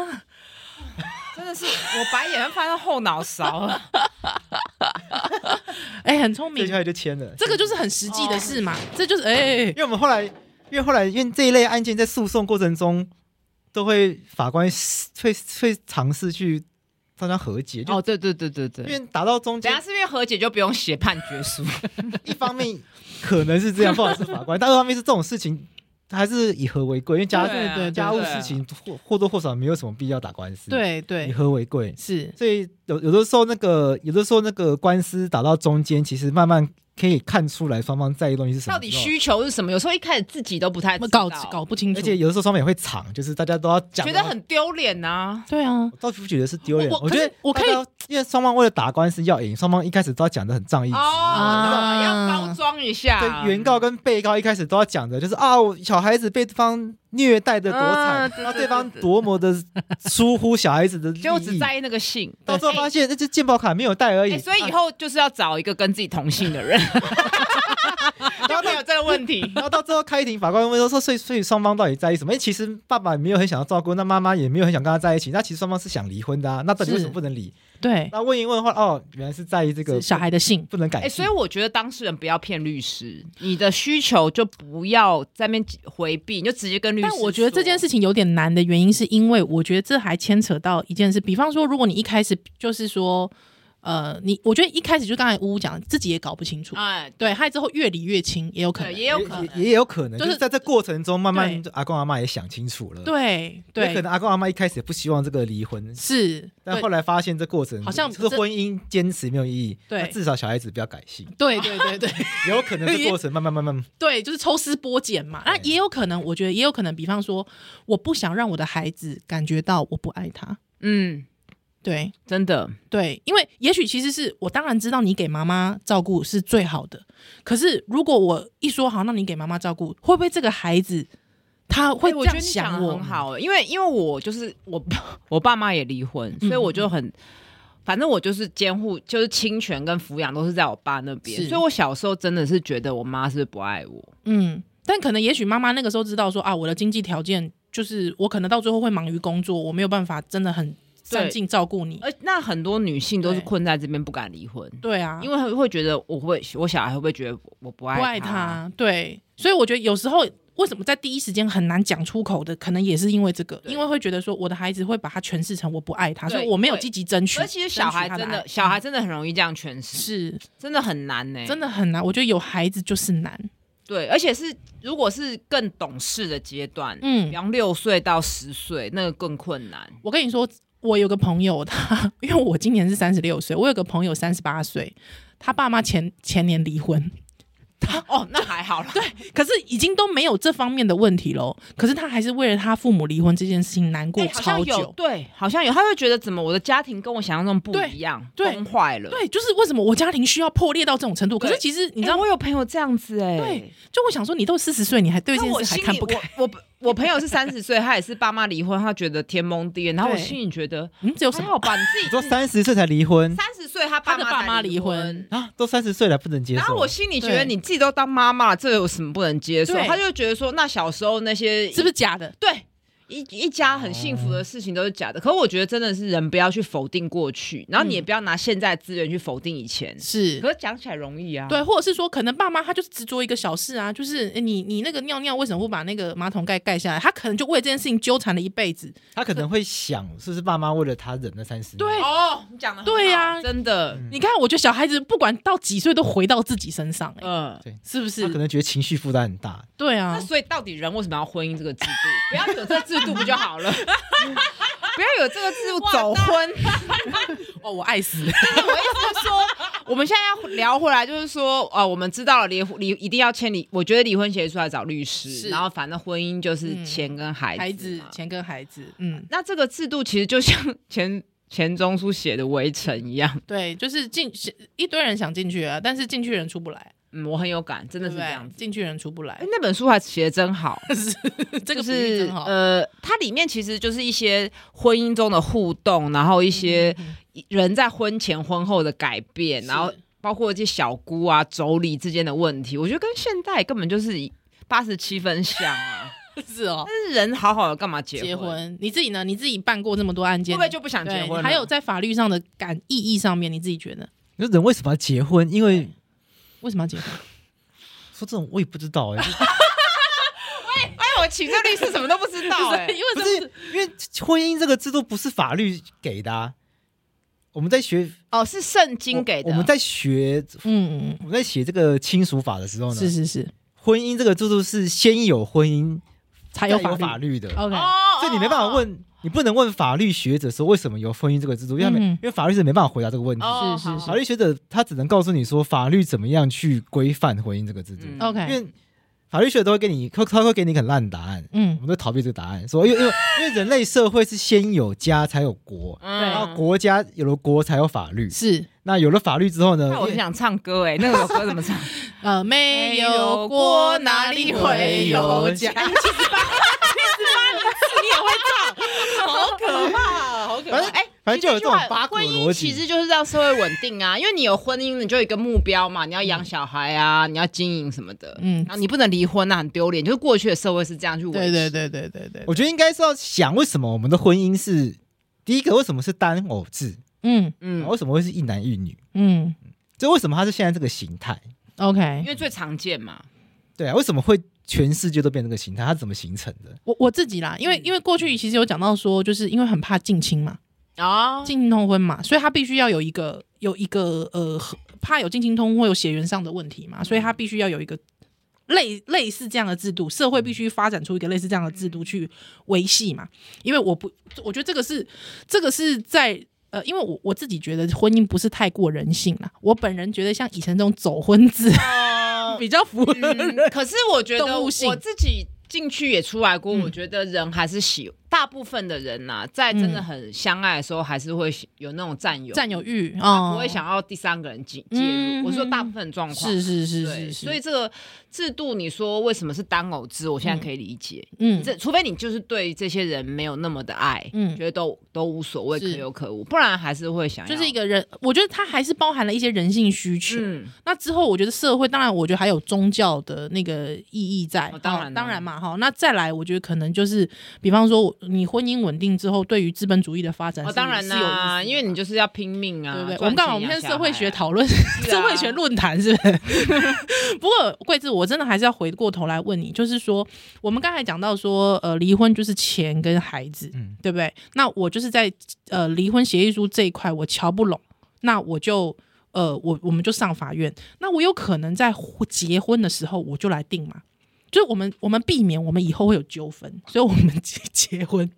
Speaker 1: 真的是，我白眼要翻到后脑勺了。
Speaker 2: 哎，很聪
Speaker 3: 所以
Speaker 2: 明
Speaker 3: 后，来就签了。
Speaker 2: 这个就是很实际的事嘛，这就是哎
Speaker 3: 因，为我们后来，因为后来，因为这一类案件在诉讼过程中，都会法官会会尝试去大家和解，就、
Speaker 1: 哦，对对对对对
Speaker 3: 因。为打到中
Speaker 1: 等一
Speaker 3: 间
Speaker 1: 下，是因为和解就不用写判决书？
Speaker 3: 一方面 [LAUGHS] 可能是这样，不好意思，法
Speaker 1: [LAUGHS]
Speaker 3: 官；但二方面是这种事情还是以和为贵，因为家
Speaker 1: 对啊啊
Speaker 2: 对对
Speaker 3: 家务事情或或多或少没有什么必要打官司，，
Speaker 2: 对
Speaker 3: 以
Speaker 2: 对
Speaker 3: 和为贵。
Speaker 2: 是，
Speaker 3: 所以有有的时候那个有的时候那个官司打到中间，其实慢慢可以看出来双方在意的东西是什么。
Speaker 1: 到底需求是什么？有时候一开始自己都不太知道
Speaker 2: 搞搞不清楚，
Speaker 3: 而且有的时候双方也会吵，就是大家都要讲，哦
Speaker 1: 觉得很丢脸呐。
Speaker 2: 对啊，
Speaker 3: 我倒不觉得是丢脸，
Speaker 2: 我我
Speaker 3: 觉
Speaker 2: 可
Speaker 3: 得
Speaker 2: 是我可以
Speaker 3: 大家因为双方为了打官司要赢，双方一开始都要讲的很仗义直啊
Speaker 1: 哦，我懂了要包装一下，
Speaker 3: 对，原告跟被告一开始都要讲的就是啊，我小孩子被对方虐待的多惨
Speaker 1: 嗯，对
Speaker 3: 然后
Speaker 1: 对
Speaker 3: 对方
Speaker 1: 对
Speaker 3: 多么的疏忽小
Speaker 1: [LAUGHS]
Speaker 3: 孩子的利益，
Speaker 1: 就只在意那个性。
Speaker 3: 到最后发现那只健保卡没有带而
Speaker 1: 哎、
Speaker 3: 已，啊
Speaker 1: 所以以后就是要找一个跟自己同性的人， [LAUGHS] 就没有这个问题。
Speaker 3: 然后到最后开庭，法官问说说，所以所以双方到底在意什么？因哎为其实爸爸也没有很想要照顾，那妈妈也没有很想跟他在一起，那其实双方是想离婚的啊，那到底为什么
Speaker 2: 是
Speaker 3: 不能离？
Speaker 2: 对，
Speaker 3: 那问一问后，哦，原来是在意这个
Speaker 2: 是小孩的性。
Speaker 3: 不能改
Speaker 1: 哎、所
Speaker 3: 姓。
Speaker 1: 以我觉得当事人不要骗律师，你的需求就不要在那边回避，你就直接跟律师。
Speaker 2: 但我觉得这件，事情有点难的原因，是因为我觉得这还牵扯到一件事，比方说，如果你一开始就是说，呃，你我觉得一开始就刚才呜呜讲，自己也搞不清楚，
Speaker 1: 哎，
Speaker 2: 对，害之后越离越亲也有可
Speaker 1: 对，
Speaker 2: 能，
Speaker 1: 也有可能。
Speaker 3: 啊也也有可能，
Speaker 2: 就
Speaker 3: 就是是在这过程中慢慢
Speaker 2: 对
Speaker 3: 阿公阿妈也想清楚了。，
Speaker 2: 对对，
Speaker 3: 可能阿公阿妈一开始也不希望这个离婚，
Speaker 2: 是，
Speaker 3: 但
Speaker 2: 对
Speaker 3: 后来发现这过程
Speaker 2: 好像
Speaker 3: 这个
Speaker 2: 这
Speaker 3: 婚姻坚持没有意义，
Speaker 2: 对
Speaker 3: 那至少小孩子不要改姓，
Speaker 2: 对对对对 [LAUGHS]
Speaker 3: 有可能这过程慢慢慢慢，
Speaker 2: 对，就是抽丝剥茧嘛。那
Speaker 3: 对
Speaker 2: 也有可能，我觉得也有可能，比方说，我不想让我的孩子感觉到我不爱他，
Speaker 1: 嗯，
Speaker 2: 对，
Speaker 1: 真的，
Speaker 2: 对，因为也许其实是我当然知道你给妈妈照顾是最好的，可是如果我一说好，那你给妈妈照顾，会不会这个孩子他会
Speaker 1: 哎我
Speaker 2: 这
Speaker 1: 觉得
Speaker 2: 样
Speaker 1: 你讲
Speaker 2: 想
Speaker 1: 得
Speaker 2: 我？
Speaker 1: 很好、因为因为我就是我 [LAUGHS] 我爸妈也离婚，
Speaker 2: 嗯
Speaker 1: 所以我就很。反正我就是监护，就是侵权跟抚养都是在我爸那边，
Speaker 2: 是
Speaker 1: 所以我小时候真的是觉得我妈是不是不爱我，
Speaker 2: 嗯，但可能也许妈妈那个时候知道说啊，我的经济条件就是我可能到最后会忙于工作，我没有办法真的很善尽照顾你。
Speaker 1: 而那很多女性都是
Speaker 2: 对
Speaker 1: 困在这边不敢离婚，
Speaker 2: 对啊，
Speaker 1: 因为会觉得我会我小孩会不会觉得我不爱
Speaker 2: 不爱他，对，所以我觉得有时候为什么在第一时间很难讲出口的，可能也是因为这个，因为会觉得说我的孩子会把他诠释成我不爱他，
Speaker 1: 对
Speaker 2: 所以我没有
Speaker 1: 对
Speaker 2: 积极争取。
Speaker 1: 而其实小孩
Speaker 2: 争取他
Speaker 1: 真
Speaker 2: 的爱嗯
Speaker 1: 的，小孩真嗯的很容易这样诠释，
Speaker 2: 是
Speaker 1: 真的很难呢、
Speaker 2: 真
Speaker 1: 的
Speaker 2: 的很难，我觉得有孩子就是难。
Speaker 1: 对，而且是如果是更懂事的阶段，比
Speaker 2: 嗯，
Speaker 1: 方六岁到十岁，那个更困难。
Speaker 2: 我跟你说，我有个朋友，他因为我今年是三十六岁，我有个朋友三十八岁，他爸妈前前年离婚， [LAUGHS]
Speaker 1: 哦，那还好啦，对，
Speaker 2: 可是已经都没有这方面的问题喽。可是他还是为了他父母离婚这件事情难过
Speaker 1: 哎好像
Speaker 2: 超
Speaker 1: 有，
Speaker 2: 久。
Speaker 1: 对，好像有，他会觉得怎么我的家庭跟我想象中不
Speaker 2: 对
Speaker 1: 一样，
Speaker 2: 对
Speaker 1: 崩坏了。
Speaker 2: 对，就是为什么我家庭需要破裂到这种程度？可
Speaker 1: 对
Speaker 2: 是其实你
Speaker 1: 你
Speaker 2: 知
Speaker 1: 知
Speaker 2: 道
Speaker 1: 道
Speaker 2: 吗，
Speaker 1: 我有朋友这样子哎、
Speaker 2: 对就我想说，你都四十岁，你还对这
Speaker 1: 那
Speaker 2: 件
Speaker 1: 我
Speaker 2: 事还
Speaker 1: 心
Speaker 2: 看
Speaker 1: 里
Speaker 2: 不开？
Speaker 1: 我我我朋友是三十岁，他也是爸妈离婚，他觉得天崩地裂，然后我
Speaker 2: 对
Speaker 1: 心里觉得
Speaker 2: 嗯，只有什
Speaker 1: 还
Speaker 2: 么？
Speaker 1: 好吧，你自
Speaker 2: [LAUGHS]
Speaker 3: 你
Speaker 1: 己
Speaker 3: 说三十岁才离婚
Speaker 1: 三十岁，他爸
Speaker 2: 他的
Speaker 1: 妈
Speaker 2: 爸
Speaker 1: 才
Speaker 2: 妈离
Speaker 1: 离
Speaker 2: 婚。
Speaker 3: 啊，都三十岁了不能接受，
Speaker 1: 然后我心里觉
Speaker 2: 对
Speaker 1: 得你自己都当妈妈了，这有什么不能接受？
Speaker 2: 对
Speaker 1: 他就觉得说，那小时候那些
Speaker 2: 是
Speaker 1: 是
Speaker 2: 不是假的？
Speaker 1: 哎对一一家很幸福的事情都是假的？可是我觉得真的是人不要去否定过去，然后你也不要拿现在的资源去否定以前。
Speaker 2: 嗯是
Speaker 1: 可是讲起来容易啊，
Speaker 2: 对，或者是说，可能爸妈他就是执着一个小事啊，就是诶你你那个尿尿为什么不把那个马桶盖盖下来？他可能就为这件事情纠缠了一辈子。
Speaker 3: 他可能会想，是不是爸妈为了他忍了三十年？
Speaker 2: 对
Speaker 1: 哦，你讲的
Speaker 2: 对啊
Speaker 1: 真的，
Speaker 3: 嗯
Speaker 2: 你看，我觉得小孩子不管到几岁都回到自己身上、欸，
Speaker 1: 嗯。
Speaker 2: 是不
Speaker 3: 他可
Speaker 2: 是？
Speaker 3: 能觉得情绪负担很大，
Speaker 2: 对
Speaker 1: 那
Speaker 2: 啊，
Speaker 1: 所以到底人为什么要婚姻这个制度？不要有这制度不就好
Speaker 2: [LAUGHS]
Speaker 1: 了？不要有这个制度走婚。
Speaker 2: 哦，我爱死，
Speaker 1: 我意思是说，我们现在要聊回来，就是说，呃，我们知道了离离一定要签离，我觉得离婚协议书要找律
Speaker 2: 是
Speaker 1: 师，然后反正婚姻就是钱跟孩子嘛、
Speaker 2: 孩子钱跟孩子，嗯，
Speaker 1: 那这个制度其实就像钱钱钟书写的《围城》一样，
Speaker 2: 对，就是进一堆人想进去啊，但是进去人出不来，
Speaker 1: 嗯，我很有感，真
Speaker 2: 对
Speaker 1: 的
Speaker 2: 不
Speaker 1: 是这样
Speaker 2: 对？
Speaker 1: 子。
Speaker 2: 进去人出不来
Speaker 1: 哎，那本书还写的真 [LAUGHS] 好，
Speaker 2: 这
Speaker 1: 就
Speaker 2: 个比喻
Speaker 1: 是
Speaker 2: 真好。
Speaker 1: 呃，它里面其实就是一些婚姻中的互动，然后一些人在婚前婚后的改变，然后
Speaker 2: 是
Speaker 1: 包括一些小姑啊、妯娌之间的问题，我觉得跟现代根本就是八十七分像啊。
Speaker 2: 是哦，
Speaker 1: 但是人好好的干嘛结
Speaker 2: 结婚你自己呢？你自己办过这么多案
Speaker 1: 会
Speaker 2: 件，
Speaker 1: 不会就不想结
Speaker 2: 对
Speaker 1: 婚了？
Speaker 2: 还有在法律上的感意义上面，你自己觉得
Speaker 3: 那人为什么要结婚？因为
Speaker 2: 为什么要结婚？ [LAUGHS]
Speaker 3: 说这种我也不知道哎、
Speaker 1: 哎，我请这律师什么都不知道哎、
Speaker 2: 因为
Speaker 3: 不
Speaker 2: 这
Speaker 3: 是因为婚姻这个制度不是法律给的、啊，我们在学
Speaker 1: 哦，是圣经给的。
Speaker 3: 我，我们在学
Speaker 2: 嗯，嗯
Speaker 3: 我们在写这个亲属法的时候
Speaker 2: 嗯
Speaker 3: 呢，
Speaker 2: 是是是，
Speaker 3: 婚姻这个制度是先有婚姻
Speaker 2: 才
Speaker 3: 再
Speaker 2: 法
Speaker 3: 有
Speaker 2: 律。
Speaker 3: 法律的，
Speaker 2: OK，
Speaker 1: 哦
Speaker 3: 所以你没办法。问，你不能问法律学者说为什么有婚姻这个制度，因为他们、
Speaker 2: 嗯
Speaker 3: 因为法律是没办法回答这个问题。
Speaker 1: 哦，
Speaker 2: 是是
Speaker 1: 好
Speaker 2: 是
Speaker 3: 法律学者他只能告诉你说法律怎么样去规范婚姻这个制度，
Speaker 1: 嗯
Speaker 2: ，OK，
Speaker 3: 因为法律学者都会给你，会他会给你一个很烂的答案。我
Speaker 2: 嗯，
Speaker 3: 们都逃避这个答案，说因为因为因为人类社会是先有家才有国，
Speaker 1: 嗯
Speaker 3: 然后国家有了国才有法律，
Speaker 2: 是
Speaker 3: 那有了法律之后呢
Speaker 1: 那，我就
Speaker 3: 因为
Speaker 1: 想唱歌哎、那个歌怎么唱？
Speaker 2: 呃，没有锅哪里会有家？
Speaker 3: 哎
Speaker 2: 七十八，七十八，你也会唱，好可怕，好可
Speaker 3: 反正
Speaker 1: 哎、
Speaker 3: 反正就有这种八股
Speaker 1: 婚
Speaker 3: 的
Speaker 1: 姻
Speaker 3: 逻
Speaker 1: 其实
Speaker 3: 辑。
Speaker 1: 就是要社会稳定啊，因为你有婚姻，你就有一个目标嘛，你要养小孩啊，你要经营什么的，
Speaker 2: 嗯
Speaker 1: 然后你不能离婚，那啊很丢脸。就是过去的社会是这样去维持，
Speaker 2: 对对对对对对，
Speaker 3: 我觉得应该是要想为什么我们的婚姻是第一个，为什么是单偶制，啊
Speaker 2: 嗯
Speaker 1: 嗯，
Speaker 3: 为什么会是一男一女，
Speaker 2: 嗯
Speaker 3: 这为什么它是现在这个形态？
Speaker 2: ，OK
Speaker 1: 因。为最常见嘛，
Speaker 3: 对啊，为什么会全世界都变这个形态？它是怎么形成的？
Speaker 2: 我我自己啦，
Speaker 1: 嗯
Speaker 2: 因为因为过去其实有讲到说，就是因为很怕近亲嘛，
Speaker 1: 哦，
Speaker 2: 近亲通婚嘛，所以他必须要有一个有一个呃，和怕有近亲通婚会有血缘上的问题
Speaker 1: 嗯
Speaker 2: 嘛，所以他必须要有一个类类似这样的制度，社会必须发展出一个类似这样的制度去维系嘛。因为我不，我觉得这个是这个是在。呃，因为我我自己觉得婚姻不是太过人性啦，我本人觉得像以前这种走婚制 [LAUGHS] 比较符合人
Speaker 1: 哦嗯可是我觉得
Speaker 2: 动物性
Speaker 1: 我自己进去也出来过，
Speaker 2: 嗯
Speaker 1: 我觉得人还是喜大部分的人呐、在真的很相爱的时候，还是会喜有那种占有，
Speaker 2: 占有欲啊，
Speaker 1: 不会想要第三个人介介入。
Speaker 2: 嗯
Speaker 1: 我说大部分状况
Speaker 2: 是是是
Speaker 1: 对
Speaker 2: 是是，
Speaker 1: 所以这个制度，你说为什么是单偶制？我现在可以理解，
Speaker 2: 嗯
Speaker 1: 这除非你就是对这些人没有那么的爱，
Speaker 2: 嗯
Speaker 1: 觉得都都无所谓，可
Speaker 2: 是
Speaker 1: 有可无，不然还是会想要
Speaker 2: 就是一个人，我觉得它还是包含了一些人性需求。
Speaker 1: 嗯，
Speaker 2: 那之后，我觉得社会当然，我觉得还有宗教的那个意义在。
Speaker 1: 哦当然
Speaker 2: 哦
Speaker 1: 啊
Speaker 2: 当然嘛，哈。那再来，我觉得可能就是，比方说，你婚姻稳定之后，对于资本主义的发展是，
Speaker 1: 哦，当然
Speaker 2: 是有
Speaker 1: 啦、
Speaker 2: 意思的
Speaker 1: 因为你就是要拼命啊，
Speaker 2: 对不对？
Speaker 1: 赚
Speaker 2: 我们
Speaker 1: 钱
Speaker 2: 干嘛？我们
Speaker 1: 养
Speaker 2: 现在
Speaker 1: 小
Speaker 2: 社会
Speaker 1: 孩
Speaker 2: 学
Speaker 1: 啊
Speaker 2: 讨论、
Speaker 1: 啊
Speaker 2: [LAUGHS] 社会学论坛是 [LAUGHS] 不是？不过桂枝，我真的还是要回过头来问你，就是说，我们刚才讲到说，呃，离婚就是钱跟孩子，
Speaker 3: 嗯
Speaker 2: 对不对？那我就是在呃离婚协议书这一块我瞧不拢，那我就。呃，我我们就上法院，那我有可能在婚结婚的时候我就来定嘛，就是我们我们避免我们以后会有纠纷，所以我们结 [LAUGHS] 结婚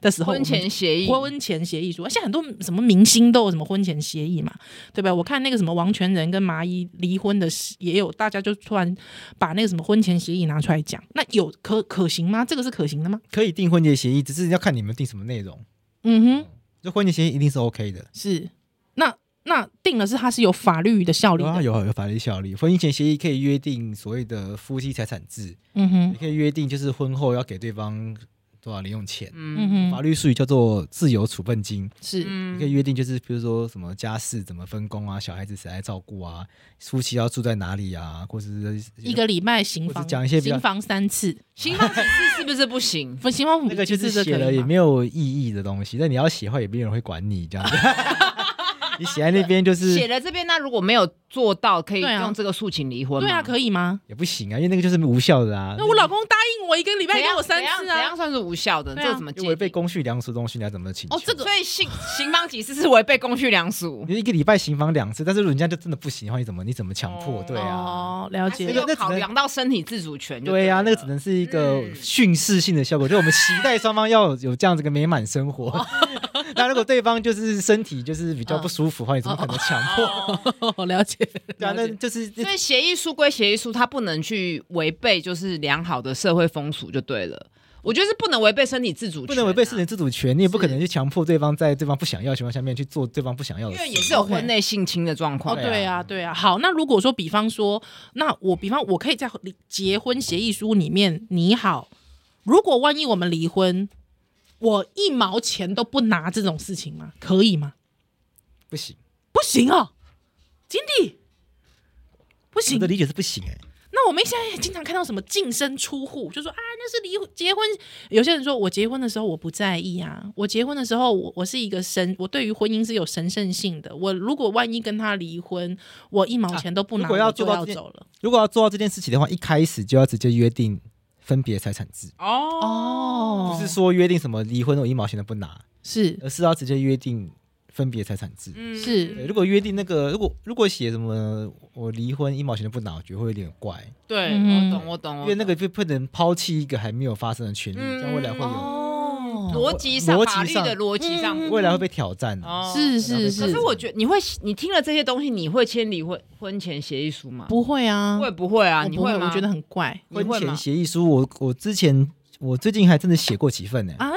Speaker 2: 的时候，
Speaker 1: 婚前协
Speaker 3: 嗯
Speaker 1: 议，
Speaker 2: 婚前协议书，现在很多什么明星都有什么婚前协议嘛，对吧？我看那个什么王全仁跟麻衣离婚的事也有，大家就突然把那个什么婚前协议拿出来讲，那有可可行吗？这个是可行的吗？
Speaker 3: 可以订婚前协议，只是要看你们定什么内容。
Speaker 2: 嗯哼，
Speaker 3: 就婚前协议一定是 OK 的，
Speaker 2: 是。那那定了是它是有法律的效力
Speaker 3: 有
Speaker 2: 的，
Speaker 3: 啊有啊有法律效力。婚姻前协议可以约定所谓的夫妻财产制，
Speaker 2: 嗯
Speaker 3: 也
Speaker 2: 哼，
Speaker 3: 可以约定就是婚后要给对方多少零用钱，
Speaker 1: 嗯
Speaker 2: 嗯
Speaker 3: 法
Speaker 2: 哼，
Speaker 3: 律嗯术语叫做自由处分金。
Speaker 2: 是，
Speaker 3: 你可以约定就是比如说什么家事怎么分工啊，小孩子谁来照顾啊，夫妻要住在哪里啊，或是
Speaker 2: 一个礼拜行
Speaker 3: 我
Speaker 2: 房，
Speaker 3: 只讲一些比较
Speaker 2: 行房三次，
Speaker 1: 刑法解释是不是不行？
Speaker 2: 不行房
Speaker 3: 那个就
Speaker 2: 几次
Speaker 3: 是写
Speaker 2: 可以
Speaker 3: 了也
Speaker 2: 吗
Speaker 3: 没有意义的东西，但你要写的话也没有人会管你这样子。 [LAUGHS] 你写在那边 [LAUGHS] 就是
Speaker 1: 写了这边，那如果没有做到，可以
Speaker 2: 对啊
Speaker 1: 用这个诉请离婚
Speaker 2: 对啊，
Speaker 1: 以。
Speaker 2: 可以吗？
Speaker 3: 也不行啊，因为那个就是无效的啊，
Speaker 2: 那我老公答应我一个礼拜
Speaker 1: 怎
Speaker 2: 给
Speaker 1: 样
Speaker 2: 我三
Speaker 1: 怎样
Speaker 2: 次
Speaker 1: 怎
Speaker 2: 啊
Speaker 1: 样，算是无效的？
Speaker 2: 对
Speaker 1: 这
Speaker 2: 啊
Speaker 1: 个怎么界
Speaker 3: 就
Speaker 1: 定
Speaker 3: 违背公序良俗的东西，你要怎么请求？
Speaker 2: 哦这个
Speaker 1: 所以刑刑方解释是违背公序良
Speaker 3: [LAUGHS]
Speaker 1: 俗。
Speaker 3: 你一个礼拜行房两次，但是如果人家就真的不行的话，你怎么你怎么强迫？
Speaker 1: 哦
Speaker 3: 对啊，
Speaker 2: 哦，了
Speaker 1: 还是
Speaker 2: 解，
Speaker 1: 有
Speaker 3: 那只能
Speaker 1: 考量到身体自主权就
Speaker 3: 对啊，
Speaker 1: 了
Speaker 3: 那个只能是一个
Speaker 1: 嗯
Speaker 3: 训示性的效果，就我们期待双方要有这样子一个美满生
Speaker 1: 哦
Speaker 3: 活。 [LAUGHS] 那如果对方就是身体就是比较不舒服的话，你怎么可能强迫？
Speaker 1: 哦
Speaker 2: 哦， [LAUGHS] 了解，
Speaker 3: 对啊，
Speaker 2: 了
Speaker 3: 那
Speaker 2: 解
Speaker 3: 就是
Speaker 1: 所以协议书归协议书，它不能去违背就是良好的社会风俗就对了。我觉得是不能违背身体自主权啊、
Speaker 3: 不能违背私人自主权，你也不可能去强迫对方在对方不想要的情况下面去做对方不想要的
Speaker 1: 因
Speaker 3: 事。
Speaker 1: 为也是有婚内性侵的状
Speaker 2: 哦，
Speaker 1: 况。
Speaker 2: 对
Speaker 3: 对
Speaker 2: 啊，
Speaker 3: 啊
Speaker 2: 对啊。好，那如果说，比方说，那我比方我可以在离结婚协议书里面拟好，如果万一我们离婚，我一毛钱都不拿这种事情吗？可以吗？
Speaker 3: 不行，
Speaker 2: 不行哦，金弟，不
Speaker 3: 我
Speaker 2: 行
Speaker 3: 的。理解是不行哎、
Speaker 2: 那我们现在也经常看到什么净身出户，就说啊，那是离婚结婚。有些人说我结婚的时候我不在意啊，我结婚的时候我我是一个神，我对于婚姻是有神圣性的。我如果万一跟他离婚，我一毛钱都不拿，
Speaker 3: 啊如果
Speaker 2: 我
Speaker 3: 要
Speaker 2: 就
Speaker 3: 做到
Speaker 2: 要
Speaker 3: 这件
Speaker 2: 走了。
Speaker 3: 如果要做到这件事情的话，一开始就要直接约定分别财产制，
Speaker 1: 哦
Speaker 2: 哦，
Speaker 3: 不是说约定什么离婚我一毛钱都不拿，
Speaker 2: 是
Speaker 3: 而是要直接约定分别财产制。
Speaker 1: 嗯
Speaker 2: 是
Speaker 3: 对，如果约定那个，如果如果写什么我离婚一毛钱都不拿，我觉得会有点怪，
Speaker 1: 对，
Speaker 2: 嗯
Speaker 1: 我懂，我懂，
Speaker 3: 因
Speaker 1: 我
Speaker 3: 为那
Speaker 1: 哦懂嗯
Speaker 3: 嗯个就不能抛弃一个还没有发生的权利，这样未来会有
Speaker 2: 哦哦
Speaker 1: 逻辑上
Speaker 3: 逻辑
Speaker 1: 法律
Speaker 3: 上
Speaker 1: 的逻辑上
Speaker 2: 嗯
Speaker 1: 不
Speaker 3: 未来会被挑战啊的。
Speaker 1: 哦
Speaker 2: 是是
Speaker 1: 可
Speaker 2: 是
Speaker 1: 是，我觉得你会，你听了这些东西，你会签离婚婚前协议书吗？
Speaker 2: 不会啊，
Speaker 1: 会不会啊？
Speaker 2: 我
Speaker 1: 你
Speaker 2: 不会，
Speaker 1: 吗？
Speaker 2: 我觉得很怪
Speaker 1: 你会
Speaker 3: 婚前
Speaker 1: 吗？
Speaker 3: 协议书，我我之前我最近还真的写过几份呢，
Speaker 2: 啊，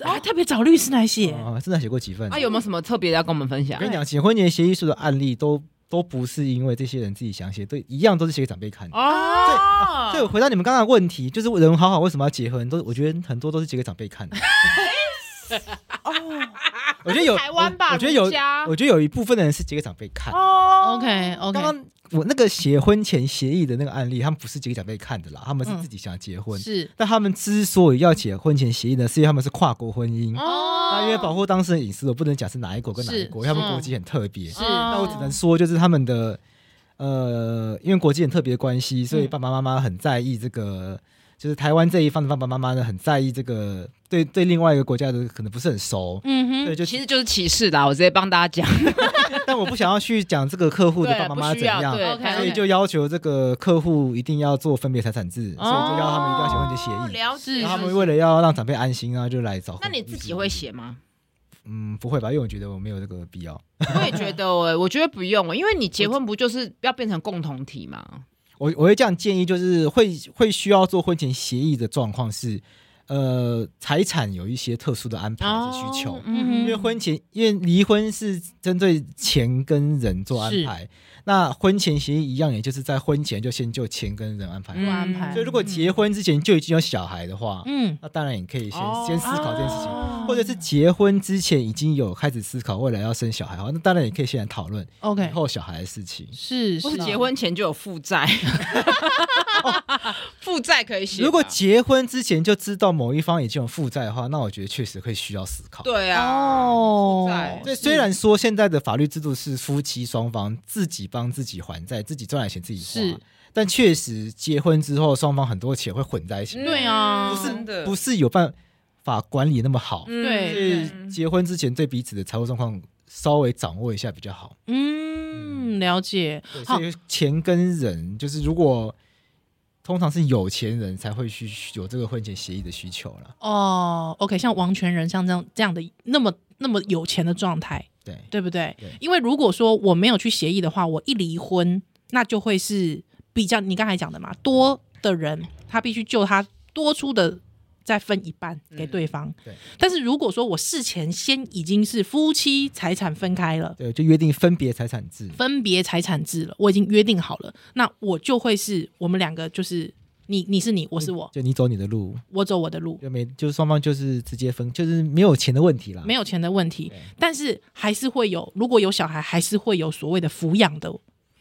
Speaker 2: 啊，特别找律师来写，
Speaker 3: 啊，真的写过几份。
Speaker 1: 啊，有没有什么特别的要跟我们分享
Speaker 3: 我？跟你讲，写婚前协议书的案例都都不是因为这些人自己想写，都一样都是写给长辈看的。
Speaker 1: 哦，
Speaker 3: 对，回答你们刚刚的问题，就是人好好为什么要结婚？都我觉得很多都是写给长辈看的。我觉得有
Speaker 1: 哦台湾吧
Speaker 3: 我我觉得有
Speaker 1: 儒家，
Speaker 3: 我觉得有一部分的人是写给长辈看。
Speaker 1: 哦
Speaker 2: OK OK，
Speaker 3: 刚刚我那个写婚前协议的那个案例，他们不是结给长辈看的
Speaker 1: 嗯
Speaker 3: 啦，他们是自己想结婚。
Speaker 2: 是
Speaker 3: 但他们之所以要写婚前协议呢，是因为他们是跨国婚姻，
Speaker 2: 哦
Speaker 3: 嗯那因为保护当事人隐私，我不能讲是哪一国跟哪一国，
Speaker 2: 是
Speaker 3: 因为他们国籍很特别。
Speaker 2: 是
Speaker 1: 那
Speaker 3: 那我只能说，就是他们的呃，因为国际很特别的关系，所以
Speaker 2: 嗯
Speaker 3: 爸爸妈妈很在意这个，就是台湾这一方的爸爸妈妈呢，很在意这个对对另外一个国家的可能不是很熟，
Speaker 2: 嗯
Speaker 3: 对，
Speaker 2: 哼，
Speaker 3: 就
Speaker 1: 其实就是歧视啦，我直接帮大家讲，
Speaker 3: 但我不想要去讲这个客户的
Speaker 1: 对
Speaker 3: 爸
Speaker 1: 了，
Speaker 3: 爸
Speaker 1: 不
Speaker 3: 妈妈怎
Speaker 1: 需要，
Speaker 3: 样，
Speaker 1: 对
Speaker 2: OK，
Speaker 1: 太
Speaker 3: 所以就要求这个客户一定要做分别财产制，所以就要他们一定要写婚前协
Speaker 1: 哦
Speaker 3: 议。
Speaker 1: 了解
Speaker 2: 是
Speaker 3: 然后他们为了要让长辈安心啊，就来找。
Speaker 1: 那你自己会？写
Speaker 3: [LAUGHS]
Speaker 1: 吗？
Speaker 3: 嗯，不会吧，因为我觉得我没有这个必要。
Speaker 1: 我也觉得、欸，我觉得不用、欸，因为你结婚不就是要变成共同体吗？
Speaker 3: 我我会这样建议，就是会会需要做婚前协议的状况是，呃，财产有一些特殊的安排的需求。
Speaker 1: 哦嗯
Speaker 3: 因为婚前，因为离婚是针对钱跟人做安排，那婚前协议一样，也就是在婚前就先就钱跟人安排好。
Speaker 1: 嗯
Speaker 2: 安排，
Speaker 3: 所以如果结婚之前就已经有小孩的话，
Speaker 2: 嗯，
Speaker 3: 那当然也可以先、
Speaker 1: 哦
Speaker 3: 先思考这件事情，
Speaker 2: 哦
Speaker 3: 或者是结婚之前已经有开始思考未来要生小孩的话，那当然也可以先来讨论以
Speaker 2: OK，
Speaker 3: 后小孩的事情。
Speaker 2: 是
Speaker 1: 或
Speaker 2: 是
Speaker 1: 是结婚前就有负
Speaker 3: [LAUGHS]
Speaker 1: 债，负债可以写吧。
Speaker 3: 如果结婚之前就知道某一方已经有负债的话，那我觉得确实会需要思考。
Speaker 1: 对啊，负
Speaker 2: 哦
Speaker 1: 债，
Speaker 3: 对，虽然说现在的法律制度是夫妻双方自己帮自己还债，自己赚来钱自己花
Speaker 2: 是，
Speaker 3: 但确实结婚之后双方很多钱会混在一起，
Speaker 2: 对啊
Speaker 1: 嗯
Speaker 2: 不是
Speaker 1: 真的
Speaker 3: 不是有办法管理那么好。
Speaker 1: 嗯
Speaker 2: 对
Speaker 3: 所以结婚之前对彼此的财务状况稍微掌握一下比较好。
Speaker 2: 嗯，了解
Speaker 3: 对，，
Speaker 2: 好
Speaker 3: 所，以钱跟人就是如果。通常是有钱人才会去有这个婚前协议的需求了，
Speaker 2: 哦，OK，像王权人像这样这样的那么那么有钱的状态，
Speaker 3: 对，
Speaker 2: 对不对？
Speaker 3: 对
Speaker 2: 因为如果说我没有去协议的话，我一离婚，那就会是比较你刚才讲的嘛，多的人他必须就他多出的再分一半给嗯对方。
Speaker 3: 对
Speaker 2: 但是如果说我事前先已经是夫妻财产分开了。
Speaker 3: 对，就约定分别财产制。
Speaker 2: 分别财产制了，我已经约定好了，那我就会是我们两个就是你你是你，我哦是我，
Speaker 3: 就你走你的路，
Speaker 2: 我走我的路，
Speaker 3: 就没就双方就是直接分，就是没有钱的问题啦。
Speaker 2: 没有钱的问题
Speaker 3: 对，
Speaker 2: 但是还是会有，如果有小孩，还是会有所谓的抚养的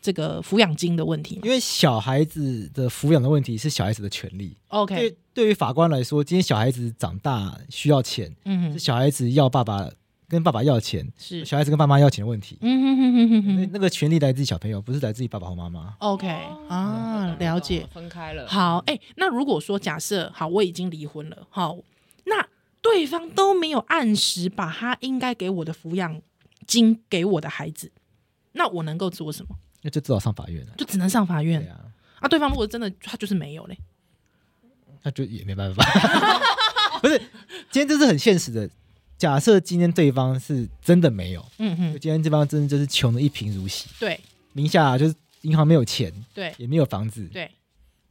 Speaker 2: 这个抚养金的问题嘛。
Speaker 3: 因为小孩子的抚养的问题是小孩子的权利。
Speaker 2: OK，
Speaker 3: 对，对于法官来说，今天小孩子长大需要钱，
Speaker 2: 嗯
Speaker 3: 是
Speaker 2: 哼，
Speaker 3: 小孩子要爸爸跟爸爸要钱，
Speaker 2: 是，
Speaker 3: 小孩子跟爸妈要钱的问题。
Speaker 2: 嗯哼哼哼哼
Speaker 3: 那
Speaker 2: 哼
Speaker 3: 那个权利来自于小朋友，不是来自于爸爸或妈妈。
Speaker 2: ，OK
Speaker 3: 哦
Speaker 1: 懂
Speaker 2: 啊，
Speaker 1: 懂
Speaker 2: 了
Speaker 1: 懂
Speaker 2: 解。
Speaker 1: 哦分开了。
Speaker 2: 好，哎、那如果说假设好，我已经离婚了，好，那对方都没有按时把他应该给我的抚养金给我的孩子，那我能够做什么？
Speaker 3: 那就至少上法院了。
Speaker 2: 就只能上法
Speaker 3: 对
Speaker 2: 院
Speaker 3: 啊，
Speaker 2: 啊！对方如果真的他就是没有嘞，
Speaker 3: 那就也没
Speaker 2: [LAUGHS]
Speaker 3: 办法。不是，今天这是很现实的。假设今天对方是真的没有，
Speaker 2: 嗯
Speaker 3: 就
Speaker 2: 哼，
Speaker 3: 今天对方真的就是穷的一贫如洗，
Speaker 2: 对
Speaker 3: 名下就是银行没有钱，
Speaker 2: 对
Speaker 3: 也没有房子，
Speaker 2: 对，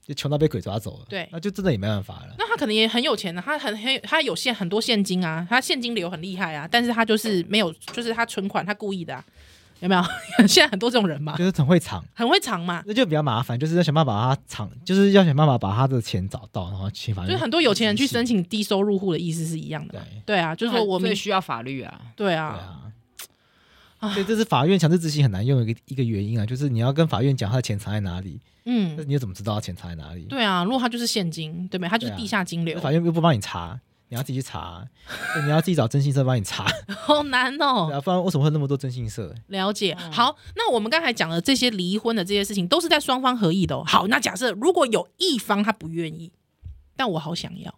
Speaker 3: 就穷到被鬼抓走了，
Speaker 2: 对
Speaker 3: 那就真的也没办法了。
Speaker 2: 那他可能也很有钱的、啊他很很他有现很多现金啊，他现金流很厉害啊，但是他就是没有，就是他存款他故意的、啊，有 [LAUGHS] 没有？现在很多这种人嘛，
Speaker 3: 就是很会藏， [LAUGHS]
Speaker 2: 很会藏嘛，
Speaker 3: 那就比较麻烦，就是要想办法把他藏，就是要想办法把他的钱找到，然后去法
Speaker 2: 就
Speaker 3: 院。
Speaker 2: 是很多有钱人去申请低收入户的意思是一样的嘛。
Speaker 3: 对
Speaker 2: 对啊，就是说我
Speaker 1: 最
Speaker 2: 们
Speaker 1: 需要法律啊，
Speaker 2: 对
Speaker 3: 对
Speaker 2: 啊，
Speaker 3: 啊。 [SIGHS] 所以这是法院强制执行很难用的一个一个原因啊，就是你要跟法院讲他的钱藏在哪里，但
Speaker 2: 嗯
Speaker 3: 是，你又怎么知道他钱藏在哪里？
Speaker 2: 对啊，如果他就是现金，对不对？他就是地下金流
Speaker 3: 那，法院又不帮你查，你要自己去查， [LAUGHS] 所以你要自己找征信社帮你查， [LAUGHS]
Speaker 2: 好难
Speaker 3: 对
Speaker 2: 哦。
Speaker 3: 啊，不然为什么会那么多征信社？
Speaker 2: 了解。
Speaker 1: 哦
Speaker 2: 好，那我们刚才讲的这些离婚的这些事情，都是在双方合意的、哦。好，那假设如果有一方他不愿意，但我好想要，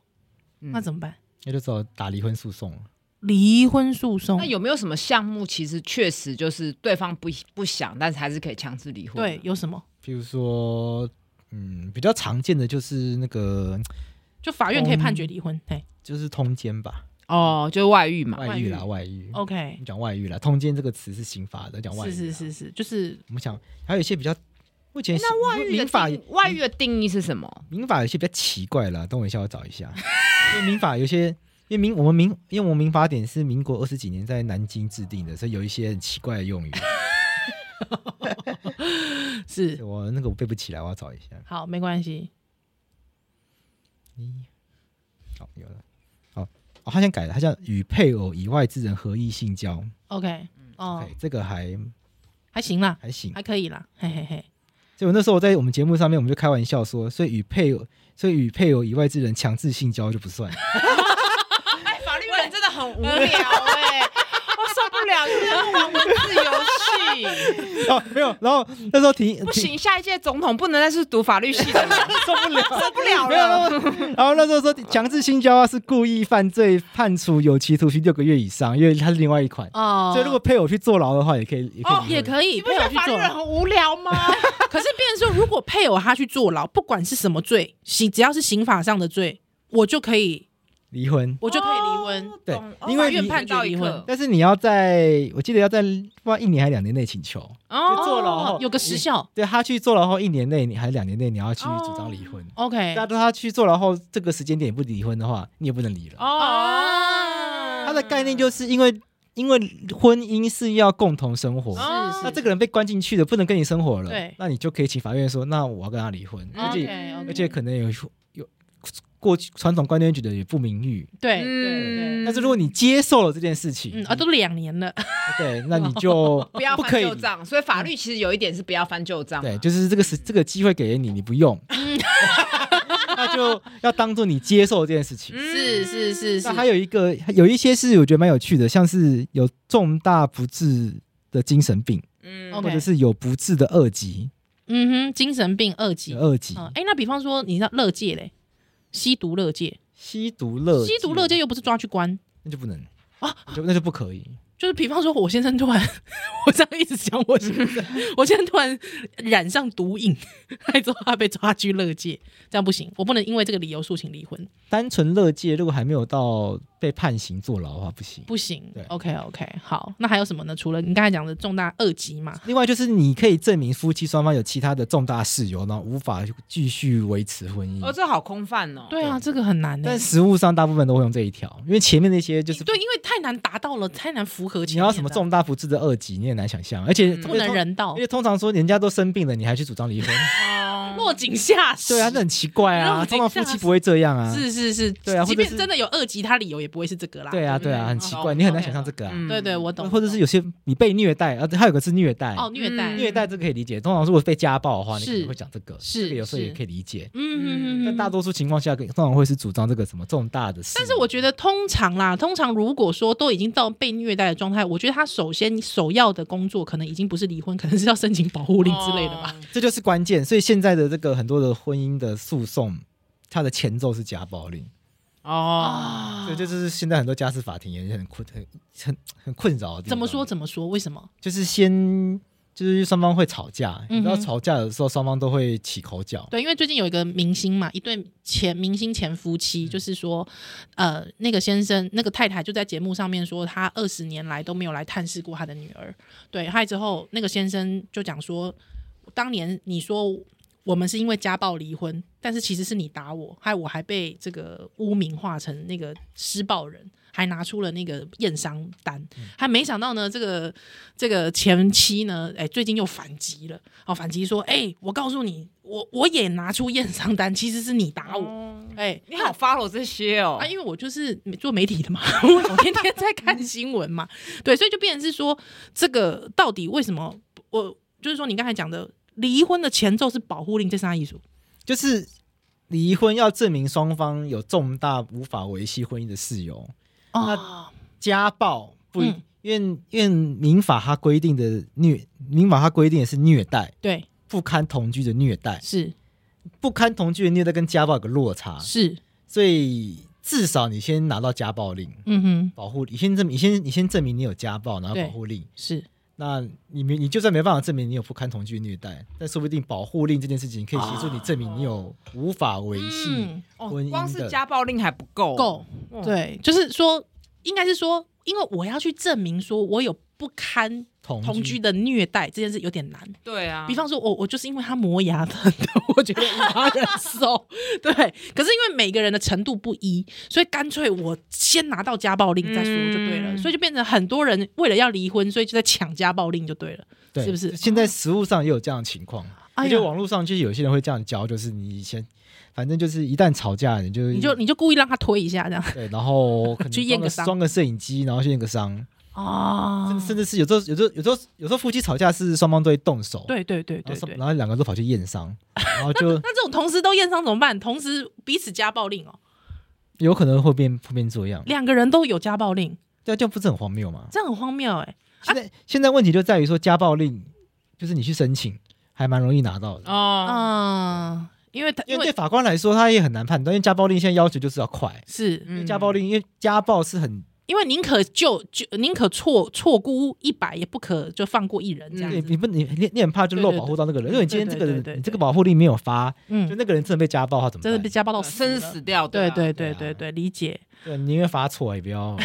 Speaker 1: 嗯
Speaker 2: 那怎么办？
Speaker 3: 那就只好打离婚诉讼了。
Speaker 2: 离婚诉讼
Speaker 1: 那，有没有什么项目其实确实就是对方不不想，但是还是可以强制离婚？
Speaker 2: 对，，有什么？
Speaker 3: 譬如说，嗯，比较常见的就是那个
Speaker 2: 就法院可以判决离婚，哎、
Speaker 3: 就是通奸吧，
Speaker 1: 哦，就是外遇嘛。
Speaker 3: 外遇啦，外
Speaker 1: 嗯
Speaker 3: 遇。我
Speaker 2: ？OK，
Speaker 3: 们讲外遇啦，通奸这个词是刑法的，讲外遇。
Speaker 2: 哦是是，是是，就是
Speaker 3: 我们讲还有一些比较，目前
Speaker 1: 那外遇的
Speaker 3: 民法
Speaker 1: 定外遇的定义是什么？
Speaker 3: 民法有些比较奇怪啦，等我一下，我找一下。因为民法有些， [LAUGHS] 因为民我们民，因为我们民法典是民国二十几年在南京制定的，所以有一些很奇怪的用语。
Speaker 2: 是
Speaker 3: 我那个我背不起来，我要找一下。
Speaker 2: 好，没关系。
Speaker 3: 你好有了，好哦，他先改了，他叫与配偶以外之人合意性交。
Speaker 2: OK，哦
Speaker 1: 嗯
Speaker 3: OK，，这个还
Speaker 2: 还行啦，
Speaker 3: 还行。
Speaker 2: 还可以啦，嘿嘿嘿。
Speaker 3: 所以我那时候我在我们节目上面，我们就开玩笑说，所以与配偶，所以与配偶以外之人强制性交就不算。
Speaker 1: 哎，法律人真的很无聊哎、我受不了，就是要玩文字游戏。
Speaker 3: 哦，没有。然后那时候提
Speaker 1: 不，行，下一届总统不能再是读法律系的人，
Speaker 3: [LAUGHS] 提受不了。
Speaker 1: 受不了
Speaker 3: 没有
Speaker 1: 了。
Speaker 3: 没有然后那时候说强制性交啊是故意犯罪，判处有期徒刑六个月以上，因为它是另外一款。
Speaker 2: [LAUGHS] 哦
Speaker 3: 所以如果配偶去坐牢的话，也可以，也可以、
Speaker 1: 哦
Speaker 2: 也可以
Speaker 1: 你不
Speaker 2: 配
Speaker 1: 觉
Speaker 2: 偶
Speaker 1: 得
Speaker 2: 去
Speaker 1: 法律
Speaker 2: 坐
Speaker 1: 人
Speaker 2: 牢，
Speaker 1: 很无聊吗？ [LAUGHS]
Speaker 2: 可是变成说，如果配偶他去坐牢，不管是什么罪，刑只要是刑法上的罪，我就可以，
Speaker 3: 离婚。
Speaker 2: 我就可以离婚。
Speaker 1: 哦
Speaker 3: [LAUGHS] 对
Speaker 1: 懂哦
Speaker 3: 因为
Speaker 1: 法院
Speaker 3: 你
Speaker 1: 判决
Speaker 2: 到一
Speaker 1: 离
Speaker 2: 刻
Speaker 1: 婚，
Speaker 3: 但是你要在，我记得要在不知道一年还两年内请求。就
Speaker 1: 哦
Speaker 3: 坐牢后
Speaker 2: 有个时效。
Speaker 3: 对他去坐牢后一年内，你还两年内你要去主张离婚。
Speaker 1: 哎
Speaker 2: OK，
Speaker 3: 但是他去坐牢后这个时间点不离婚的话，你也不能离了。
Speaker 1: 哦，
Speaker 3: 他的概念就是因为因为婚姻是要共同生活。
Speaker 1: 哦
Speaker 2: 是
Speaker 3: 那
Speaker 2: 是
Speaker 3: 这个人被关进去了，不能跟你生活了，
Speaker 2: 对
Speaker 3: 那你就可以请法院说，那我要跟他离婚，
Speaker 1: 哦
Speaker 2: 嗯
Speaker 3: 而且
Speaker 2: OK，OK
Speaker 3: 而且可能有有过去传统观念觉得也不名誉，
Speaker 2: 对
Speaker 1: 嗯
Speaker 2: 对对，
Speaker 3: 嗯但是如果你接受了这件事情，
Speaker 2: 嗯啊，都两年了，
Speaker 3: 对，那你就
Speaker 1: [LAUGHS] 不要
Speaker 3: 可
Speaker 1: 翻
Speaker 3: 以嗯
Speaker 1: 旧账，所以法律其实有一点是不要翻旧账嘛。
Speaker 3: 对，就是这个是这个机会给了你，你不用，
Speaker 1: 嗯
Speaker 3: [LAUGHS] 那就要当做你接受这件事情。
Speaker 1: 嗯
Speaker 2: 是是是是
Speaker 3: 那，还有一个有一些是我觉得蛮有趣的，像是有重大不治的精神病，
Speaker 1: 嗯
Speaker 2: OK
Speaker 3: 或者是有不治的二级，
Speaker 2: 嗯哼，精神病二级
Speaker 3: 有。二级，
Speaker 2: 嗯，哎，那比方说，你知道乐界嘞，吸毒乐界，
Speaker 3: 吸毒乐，
Speaker 2: 吸毒乐界又不是抓去关，
Speaker 3: 那就不能
Speaker 2: 啊
Speaker 3: 那就那就不可以。
Speaker 2: 就是比方说，我先生突然， [LAUGHS] 我这样一直讲我先生，
Speaker 3: [LAUGHS]
Speaker 2: 我先生突然染上毒瘾，还之后他被抓去乐界，这样不行，我不能因为这个理由诉请离婚，
Speaker 3: 单纯乐界如果还没有到被判刑坐牢的话，不行。
Speaker 2: 不行
Speaker 3: 对。
Speaker 2: OK OK，好，那还有什么呢？除了你刚才讲的重大二级嘛，
Speaker 3: 另外就是你可以证明夫妻双方有其他的重大事由，然后无法继续维持婚姻。
Speaker 1: 哦，这好空泛哦。
Speaker 2: 对啊，这个很难的、
Speaker 3: 但实物上大部分都会用这一条，因为前面那些就是
Speaker 2: 对，因为太难达到了，太难符合
Speaker 3: 你
Speaker 2: 前面的
Speaker 3: 要什么重大不治的二级，你也难想象。而且
Speaker 1: 嗯
Speaker 3: 特
Speaker 2: 不
Speaker 3: 别
Speaker 2: 能
Speaker 3: 通，
Speaker 2: 人道
Speaker 3: 因，为通常说人家都生病了，你还去主张
Speaker 2: [LAUGHS]
Speaker 3: 离婚，
Speaker 1: 哦，
Speaker 2: 落井下石。
Speaker 3: 对啊，那很奇怪啊。
Speaker 2: 让我
Speaker 3: 通常夫妻不会这样啊，
Speaker 2: 是是是，
Speaker 3: 对啊
Speaker 2: 即
Speaker 3: 或者
Speaker 2: 便
Speaker 3: 是
Speaker 2: 真的有二级，他理由也不会是这个啦。
Speaker 3: 对啊，
Speaker 2: 不
Speaker 3: 对啊，很奇怪，你很难想象这个啊。
Speaker 1: 嗯
Speaker 2: 对对，我懂。
Speaker 3: 或者是有些你被虐待，啊，还有个是虐待，
Speaker 2: 哦虐待，
Speaker 1: 嗯
Speaker 3: 虐待这个可以理解。通常如果被家暴的话，你
Speaker 2: 是
Speaker 3: 可能会讲这个，
Speaker 2: 是
Speaker 3: 这个有时候
Speaker 2: 是
Speaker 3: 也可以理解。
Speaker 2: 嗯嗯嗯，
Speaker 3: 但大多数情况下，通常会是主张这个什么重大的事。
Speaker 2: 但是我觉得通常啦，通常如果说都已经到被虐待的状态，我觉得他首先首要的工作可能已经不是离婚，可能是要申请保护令之类的吧。
Speaker 1: 哦。
Speaker 3: 这就是关键。所以现在的这个很多的婚姻的诉讼，它的前奏是家暴令，
Speaker 1: 哦，
Speaker 2: 啊
Speaker 3: 所以这就是现在很多家事法庭也是很困很很很困扰的地方。
Speaker 2: 怎么说？怎么说？为什么？
Speaker 3: 就是先就是双方会吵架，
Speaker 2: 嗯哼
Speaker 3: 你知道吵架的时候双方都会起口角。
Speaker 2: 对，因为最近有一个明星嘛，一对前明星前夫妻，就是说，呃，那个先生那个太太就在节目上面说，他二十年来都没有来探视过他的女儿。对，害之后那个先生就讲说，当年你说我们是因为家暴离婚，但是其实是你打我，害我还被这个污名化成那个施暴人，还拿出了那个验伤单，还没想到呢，这个这个前妻呢，哎，最近又反击了，哦，反击说，哎，我告诉你，我我也拿出验伤单，其实是你打我，哎，
Speaker 1: 你好 follow 这些哦
Speaker 2: 啊，。因为我就是做媒体的嘛， [LAUGHS] 我天天在看新闻嘛，对，所以就变成是说，这个到底为什么我就是说你刚才讲的离婚的前奏是保护令，这是啥艺术？
Speaker 3: 就是离婚要证明双方有重大无法维系婚姻的事由，
Speaker 2: 哦，
Speaker 3: 家暴不一。
Speaker 2: 嗯
Speaker 3: 因为因为民法它规定的虐，民法它规定的是虐待，
Speaker 2: 对，
Speaker 3: 不堪同居的虐待，
Speaker 2: 是
Speaker 3: 不堪同居的虐待跟家暴有个落差，
Speaker 2: 是，
Speaker 3: 所以至少你先拿到家暴令
Speaker 2: 嗯哼，
Speaker 3: 保护，你先证明，你先你先证明你有家暴，然后
Speaker 2: 对
Speaker 3: 保护令。
Speaker 2: 是
Speaker 3: 那你没你就算没办法证明你有不堪同居虐待，但说不定保护令这件事情可以协助你证明你有无法维系
Speaker 2: 嗯
Speaker 1: 哦
Speaker 3: 婚姻的。
Speaker 1: 光是家暴令还不够，
Speaker 2: 够
Speaker 1: 哇，
Speaker 2: 对，就是说应该是说，因为我要去证明说我有不堪
Speaker 3: 同
Speaker 2: 同居的虐待这件事有点难。
Speaker 1: 对啊
Speaker 2: 比方说我，我就是因为他磨牙疼的，我觉得无法忍 [LAUGHS] 受。对，可是因为每个人的程度不一，所以干脆我先拿到家暴令再说就对了。
Speaker 1: 嗯
Speaker 2: 所以就变成很多人为了要离婚，所以就在抢家暴令就对了。
Speaker 3: 对
Speaker 2: 是不是
Speaker 3: 现在实物上也有这样的情况，
Speaker 2: 哎
Speaker 3: 而
Speaker 2: 呀
Speaker 3: 且网络上就是有些人会这样教，就是你以前反正就是一旦吵架，你就
Speaker 2: 你就你就故意让他推一下这样
Speaker 3: 对，然后可
Speaker 2: [LAUGHS]
Speaker 3: 能
Speaker 2: 去验个伤
Speaker 3: 装装个摄影机，然后去验个伤，
Speaker 2: [LAUGHS] 啊
Speaker 3: 甚甚至是有时候有时候有时候有时候夫妻吵架是双方都会动手，
Speaker 2: 对对对
Speaker 3: 然后
Speaker 2: 对
Speaker 3: 双，
Speaker 2: 对。
Speaker 3: 然后两个都跑去验伤，然后就
Speaker 2: 那这种同时都验伤怎么办？同时彼此家暴令哦，
Speaker 3: 有可能会变会变这样，
Speaker 2: 两个人都有家暴令，
Speaker 3: 对啊，这样不是很荒谬吗？
Speaker 2: 这样很荒谬哎、
Speaker 3: 现在现在问题就在于说家暴令，就是你去申请还蛮容易拿到的。
Speaker 1: 哦，
Speaker 3: 啊
Speaker 2: 嗯，因为他
Speaker 3: 因
Speaker 2: 啊因
Speaker 3: 为对
Speaker 2: 为
Speaker 3: 法官来说，他也很难判断，因为家暴令现在要求就是要快，
Speaker 2: 是
Speaker 3: 因为
Speaker 1: 嗯
Speaker 3: 家暴令，因为家暴是很
Speaker 2: 因为宁可就就宁可错错估一百，也不可就放过一人这样
Speaker 3: 嗯你
Speaker 2: 子。
Speaker 3: 你不你你你很怕就
Speaker 2: 对
Speaker 3: 漏
Speaker 2: 对
Speaker 3: 保
Speaker 2: 对
Speaker 3: 护到那个人，因为你今天这个
Speaker 2: 对对对对
Speaker 3: 人你这个保护力没有发，就
Speaker 2: 嗯，
Speaker 3: 那个人真的被家暴的话怎么
Speaker 2: 真的
Speaker 3: 办
Speaker 2: 被？家暴到死
Speaker 1: 哦生
Speaker 2: 了。
Speaker 1: 死掉，
Speaker 2: 对
Speaker 1: 啊
Speaker 2: 对
Speaker 3: 对
Speaker 2: 对对
Speaker 3: 啊
Speaker 2: 对，理解。
Speaker 3: 对，宁愿发错也
Speaker 2: [LAUGHS]
Speaker 3: 不要，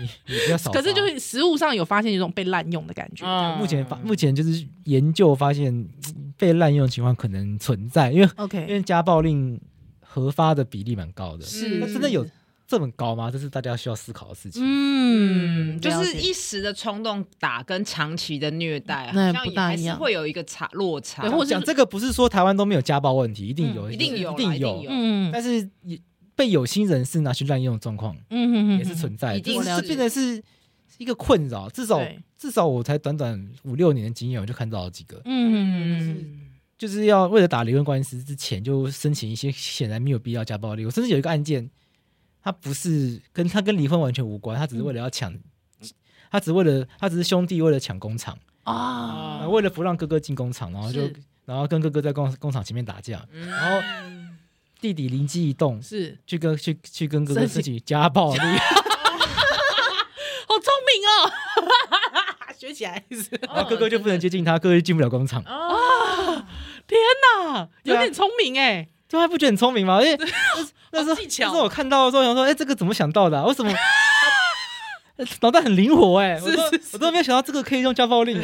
Speaker 3: 你你不要少发。
Speaker 2: 可是就是实物上有发现有种被滥用的感觉。
Speaker 1: 嗯
Speaker 3: 目前发目前就是研究发现嗯被滥用的情况可能存在，因为因
Speaker 2: OK，
Speaker 3: 为家暴令核发的比例蛮高的，
Speaker 2: 是
Speaker 3: 那真的
Speaker 1: 嗯
Speaker 3: 有这么高吗？这是大家需要思考的事情。
Speaker 1: 嗯，
Speaker 2: 嗯，
Speaker 3: 啊
Speaker 1: 就
Speaker 2: 了
Speaker 1: 是
Speaker 2: 解
Speaker 1: 一时的冲动打跟长期的虐待，好
Speaker 2: 那
Speaker 1: 像
Speaker 2: 不
Speaker 1: 也
Speaker 2: 大
Speaker 1: 还
Speaker 2: 一
Speaker 1: 是
Speaker 2: 样
Speaker 1: 会有一个差落差
Speaker 2: 对，或者是
Speaker 3: 讲这个不是说台湾都没有家暴问题，一定有，
Speaker 1: 嗯一定有
Speaker 3: 一
Speaker 1: 啦
Speaker 3: 定
Speaker 1: 一定
Speaker 3: 有
Speaker 1: 有，
Speaker 2: 嗯嗯
Speaker 3: 但是也被有心人士拿去滥用的状况
Speaker 2: 嗯嗯，
Speaker 3: 也是存在的，
Speaker 1: 一定
Speaker 3: 就是
Speaker 2: 是
Speaker 3: 变得是一个困扰。至少
Speaker 2: 对
Speaker 3: 至少我才短短五六年的经验，我就看到好几个，
Speaker 2: 嗯嗯
Speaker 1: 嗯，
Speaker 3: 就是要为了打离婚官司之前就申请一些显然没有必要家暴力。我甚至有一个案件，他不是跟他跟离婚完全无关，他只是为了要抢。
Speaker 1: 嗯
Speaker 3: 他只为了，他只是兄弟为了抢工厂，
Speaker 2: 啊，
Speaker 3: 呃
Speaker 1: 哦
Speaker 3: 然后为了不让哥哥进工厂，然后就是然后跟哥哥在工工厂前面打架，
Speaker 2: 嗯
Speaker 3: 然后弟弟灵机一动，
Speaker 2: 是
Speaker 3: 去跟去去跟哥哥
Speaker 2: 申
Speaker 3: 申请家暴力，
Speaker 2: 好聪明哦，
Speaker 3: [LAUGHS]
Speaker 2: 学起来是
Speaker 3: [LAUGHS] 然后哥哥就不能接近他，哥哥就进不了工
Speaker 2: 哦
Speaker 3: 厂。
Speaker 2: 呐，有
Speaker 3: 对啊
Speaker 2: 点聪明哎，
Speaker 3: 对啊，他不觉得很聪明
Speaker 2: [LAUGHS]
Speaker 3: 吗？因为那时候
Speaker 2: 技巧
Speaker 3: 那时候我看到的时候，我想说，哎，这个怎么想到的啊？为什么
Speaker 2: [LAUGHS]
Speaker 3: 脑袋很灵活？哎，我都我都没有想到这个可以用家
Speaker 2: [LAUGHS]
Speaker 3: 暴令，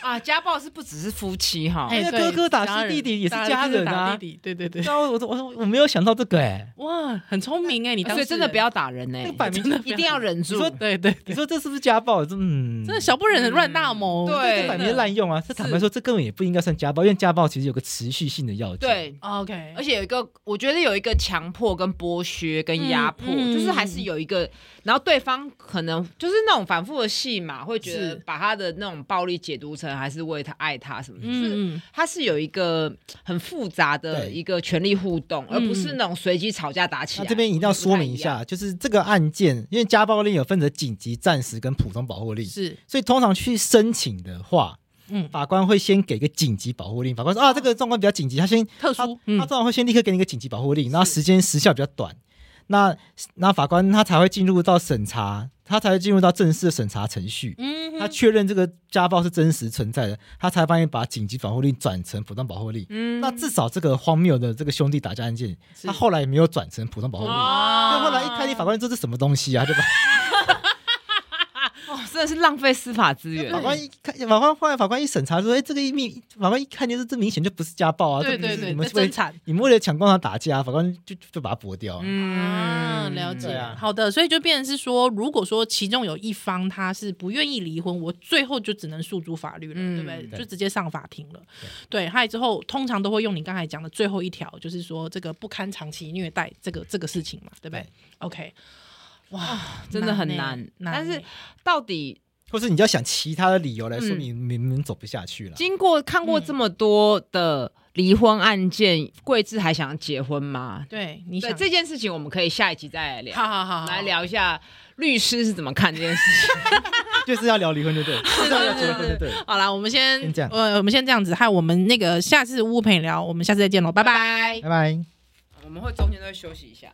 Speaker 1: 啊，家暴是不只是夫妻哈，
Speaker 3: 哎因为
Speaker 2: 对
Speaker 3: 哥哥打
Speaker 2: 家人
Speaker 3: 弟弟也是
Speaker 2: 打
Speaker 3: 家人啊
Speaker 2: 打弟弟，对对对
Speaker 3: 对，啊，我都我我我没有想到这个
Speaker 2: [LAUGHS]
Speaker 3: 哎。
Speaker 2: 哇，很聪明哎，你当
Speaker 1: 所以真的不要打人呢
Speaker 3: 那个，摆明
Speaker 1: 真的 [LAUGHS] 一定要忍住
Speaker 3: 你，说
Speaker 2: 对对
Speaker 3: 你
Speaker 2: 对，
Speaker 3: 说这是不是家暴？这嗯，
Speaker 2: 真的小不忍乱大谋，
Speaker 1: 对
Speaker 3: 这摆明滥用啊！这坦白
Speaker 2: 是
Speaker 3: 说，这根本也不应该算家暴，因为家暴其实有个持续性的要件。
Speaker 1: 对。
Speaker 2: OK，
Speaker 1: 而
Speaker 2: 且
Speaker 1: 且有一个，我觉得有一个强迫、跟剥削、跟压迫，
Speaker 2: 嗯嗯
Speaker 1: 就是还是有一个，然后对方可能就是那种反复的戏码，会觉得
Speaker 2: 是
Speaker 1: 把他的那种暴力解读成还是为他爱他什么，就是
Speaker 2: 嗯，
Speaker 1: 它是有一个很复杂的
Speaker 3: 对
Speaker 1: 一个权力互动，而
Speaker 2: 嗯
Speaker 1: 不是那种随机吵架打起
Speaker 3: 那
Speaker 1: 来。
Speaker 3: 这边一定要说明一
Speaker 1: 不太样，
Speaker 3: 下，就是这个案件，因为家暴令有分成紧急、暂时跟普通保护令，
Speaker 2: 是
Speaker 3: 所以通常去申请的话，
Speaker 2: 嗯
Speaker 3: 法官会先给个紧急保护令。法官说啊，这个状况比较紧急，他先
Speaker 2: 特
Speaker 3: 他
Speaker 2: 殊，嗯
Speaker 3: 他通常会先立刻给你一个紧急保护令，然后时间时效比较短，那那法官他才会进入到审查，他才会进入到正式的审查程序。
Speaker 2: 嗯
Speaker 3: 他确认这个家暴是真实存在的，他才帮你把紧急保护令转成普通保护令。
Speaker 1: 嗯
Speaker 3: 那至少这个荒谬的这个兄弟打架案件，
Speaker 2: 是
Speaker 3: 他后来也没有转成普通保护令。
Speaker 1: 哦
Speaker 3: 那后来一开立法官说这什么东西啊，对吧？
Speaker 1: 哦，真的是浪费司法资源
Speaker 3: 法。官一看，法官后来法官一审查说，哎，这个一命，法官一看就是这明显就不是家暴啊，
Speaker 2: 对
Speaker 3: 这不
Speaker 2: 对
Speaker 3: 是
Speaker 2: 对，
Speaker 3: 你
Speaker 2: 在
Speaker 3: 们是为
Speaker 2: 争产。
Speaker 3: 你们为了抢工厂打架，法官就就就把它驳掉。
Speaker 1: 嗯
Speaker 2: 啊，了解、
Speaker 3: 对啊
Speaker 2: 好的，所以就变成是说，如果说其中有一方他是不愿意离婚，我最后就只能诉诸法律了，
Speaker 1: 嗯
Speaker 2: 对不对？
Speaker 3: 对
Speaker 2: 就直接上法庭了。对，还有之后通常都会用你刚才讲的最后一条，就是说这个不堪长期虐待这个这个事情嘛，对不对
Speaker 3: 对
Speaker 2: o k 哇，
Speaker 1: 真的很
Speaker 2: 欸
Speaker 1: 难但
Speaker 2: 欸
Speaker 1: 是到底
Speaker 3: 或是你就要想其他的理由来说
Speaker 1: 嗯
Speaker 3: 明明明走不下去了。
Speaker 1: 经过看过这么多的离婚案件，桂枝还想结婚吗？
Speaker 2: 对，你
Speaker 1: 对
Speaker 2: 想
Speaker 1: 这件事情，我们可以下一集再来聊，
Speaker 2: 好好好好
Speaker 1: 来聊一下律师是怎么看这件事 [LAUGHS] 情。
Speaker 3: 就是要聊离婚就 [LAUGHS] 对了，就是要结婚就对了。
Speaker 2: [LAUGHS] 好啦，我们先
Speaker 3: 先这样
Speaker 2: 呃，我们先这样子，还有我们那个下次屋陪你聊，我们下次再见喽，拜拜
Speaker 1: 拜，
Speaker 3: 拜拜。
Speaker 1: 我们会中间都会休息一下。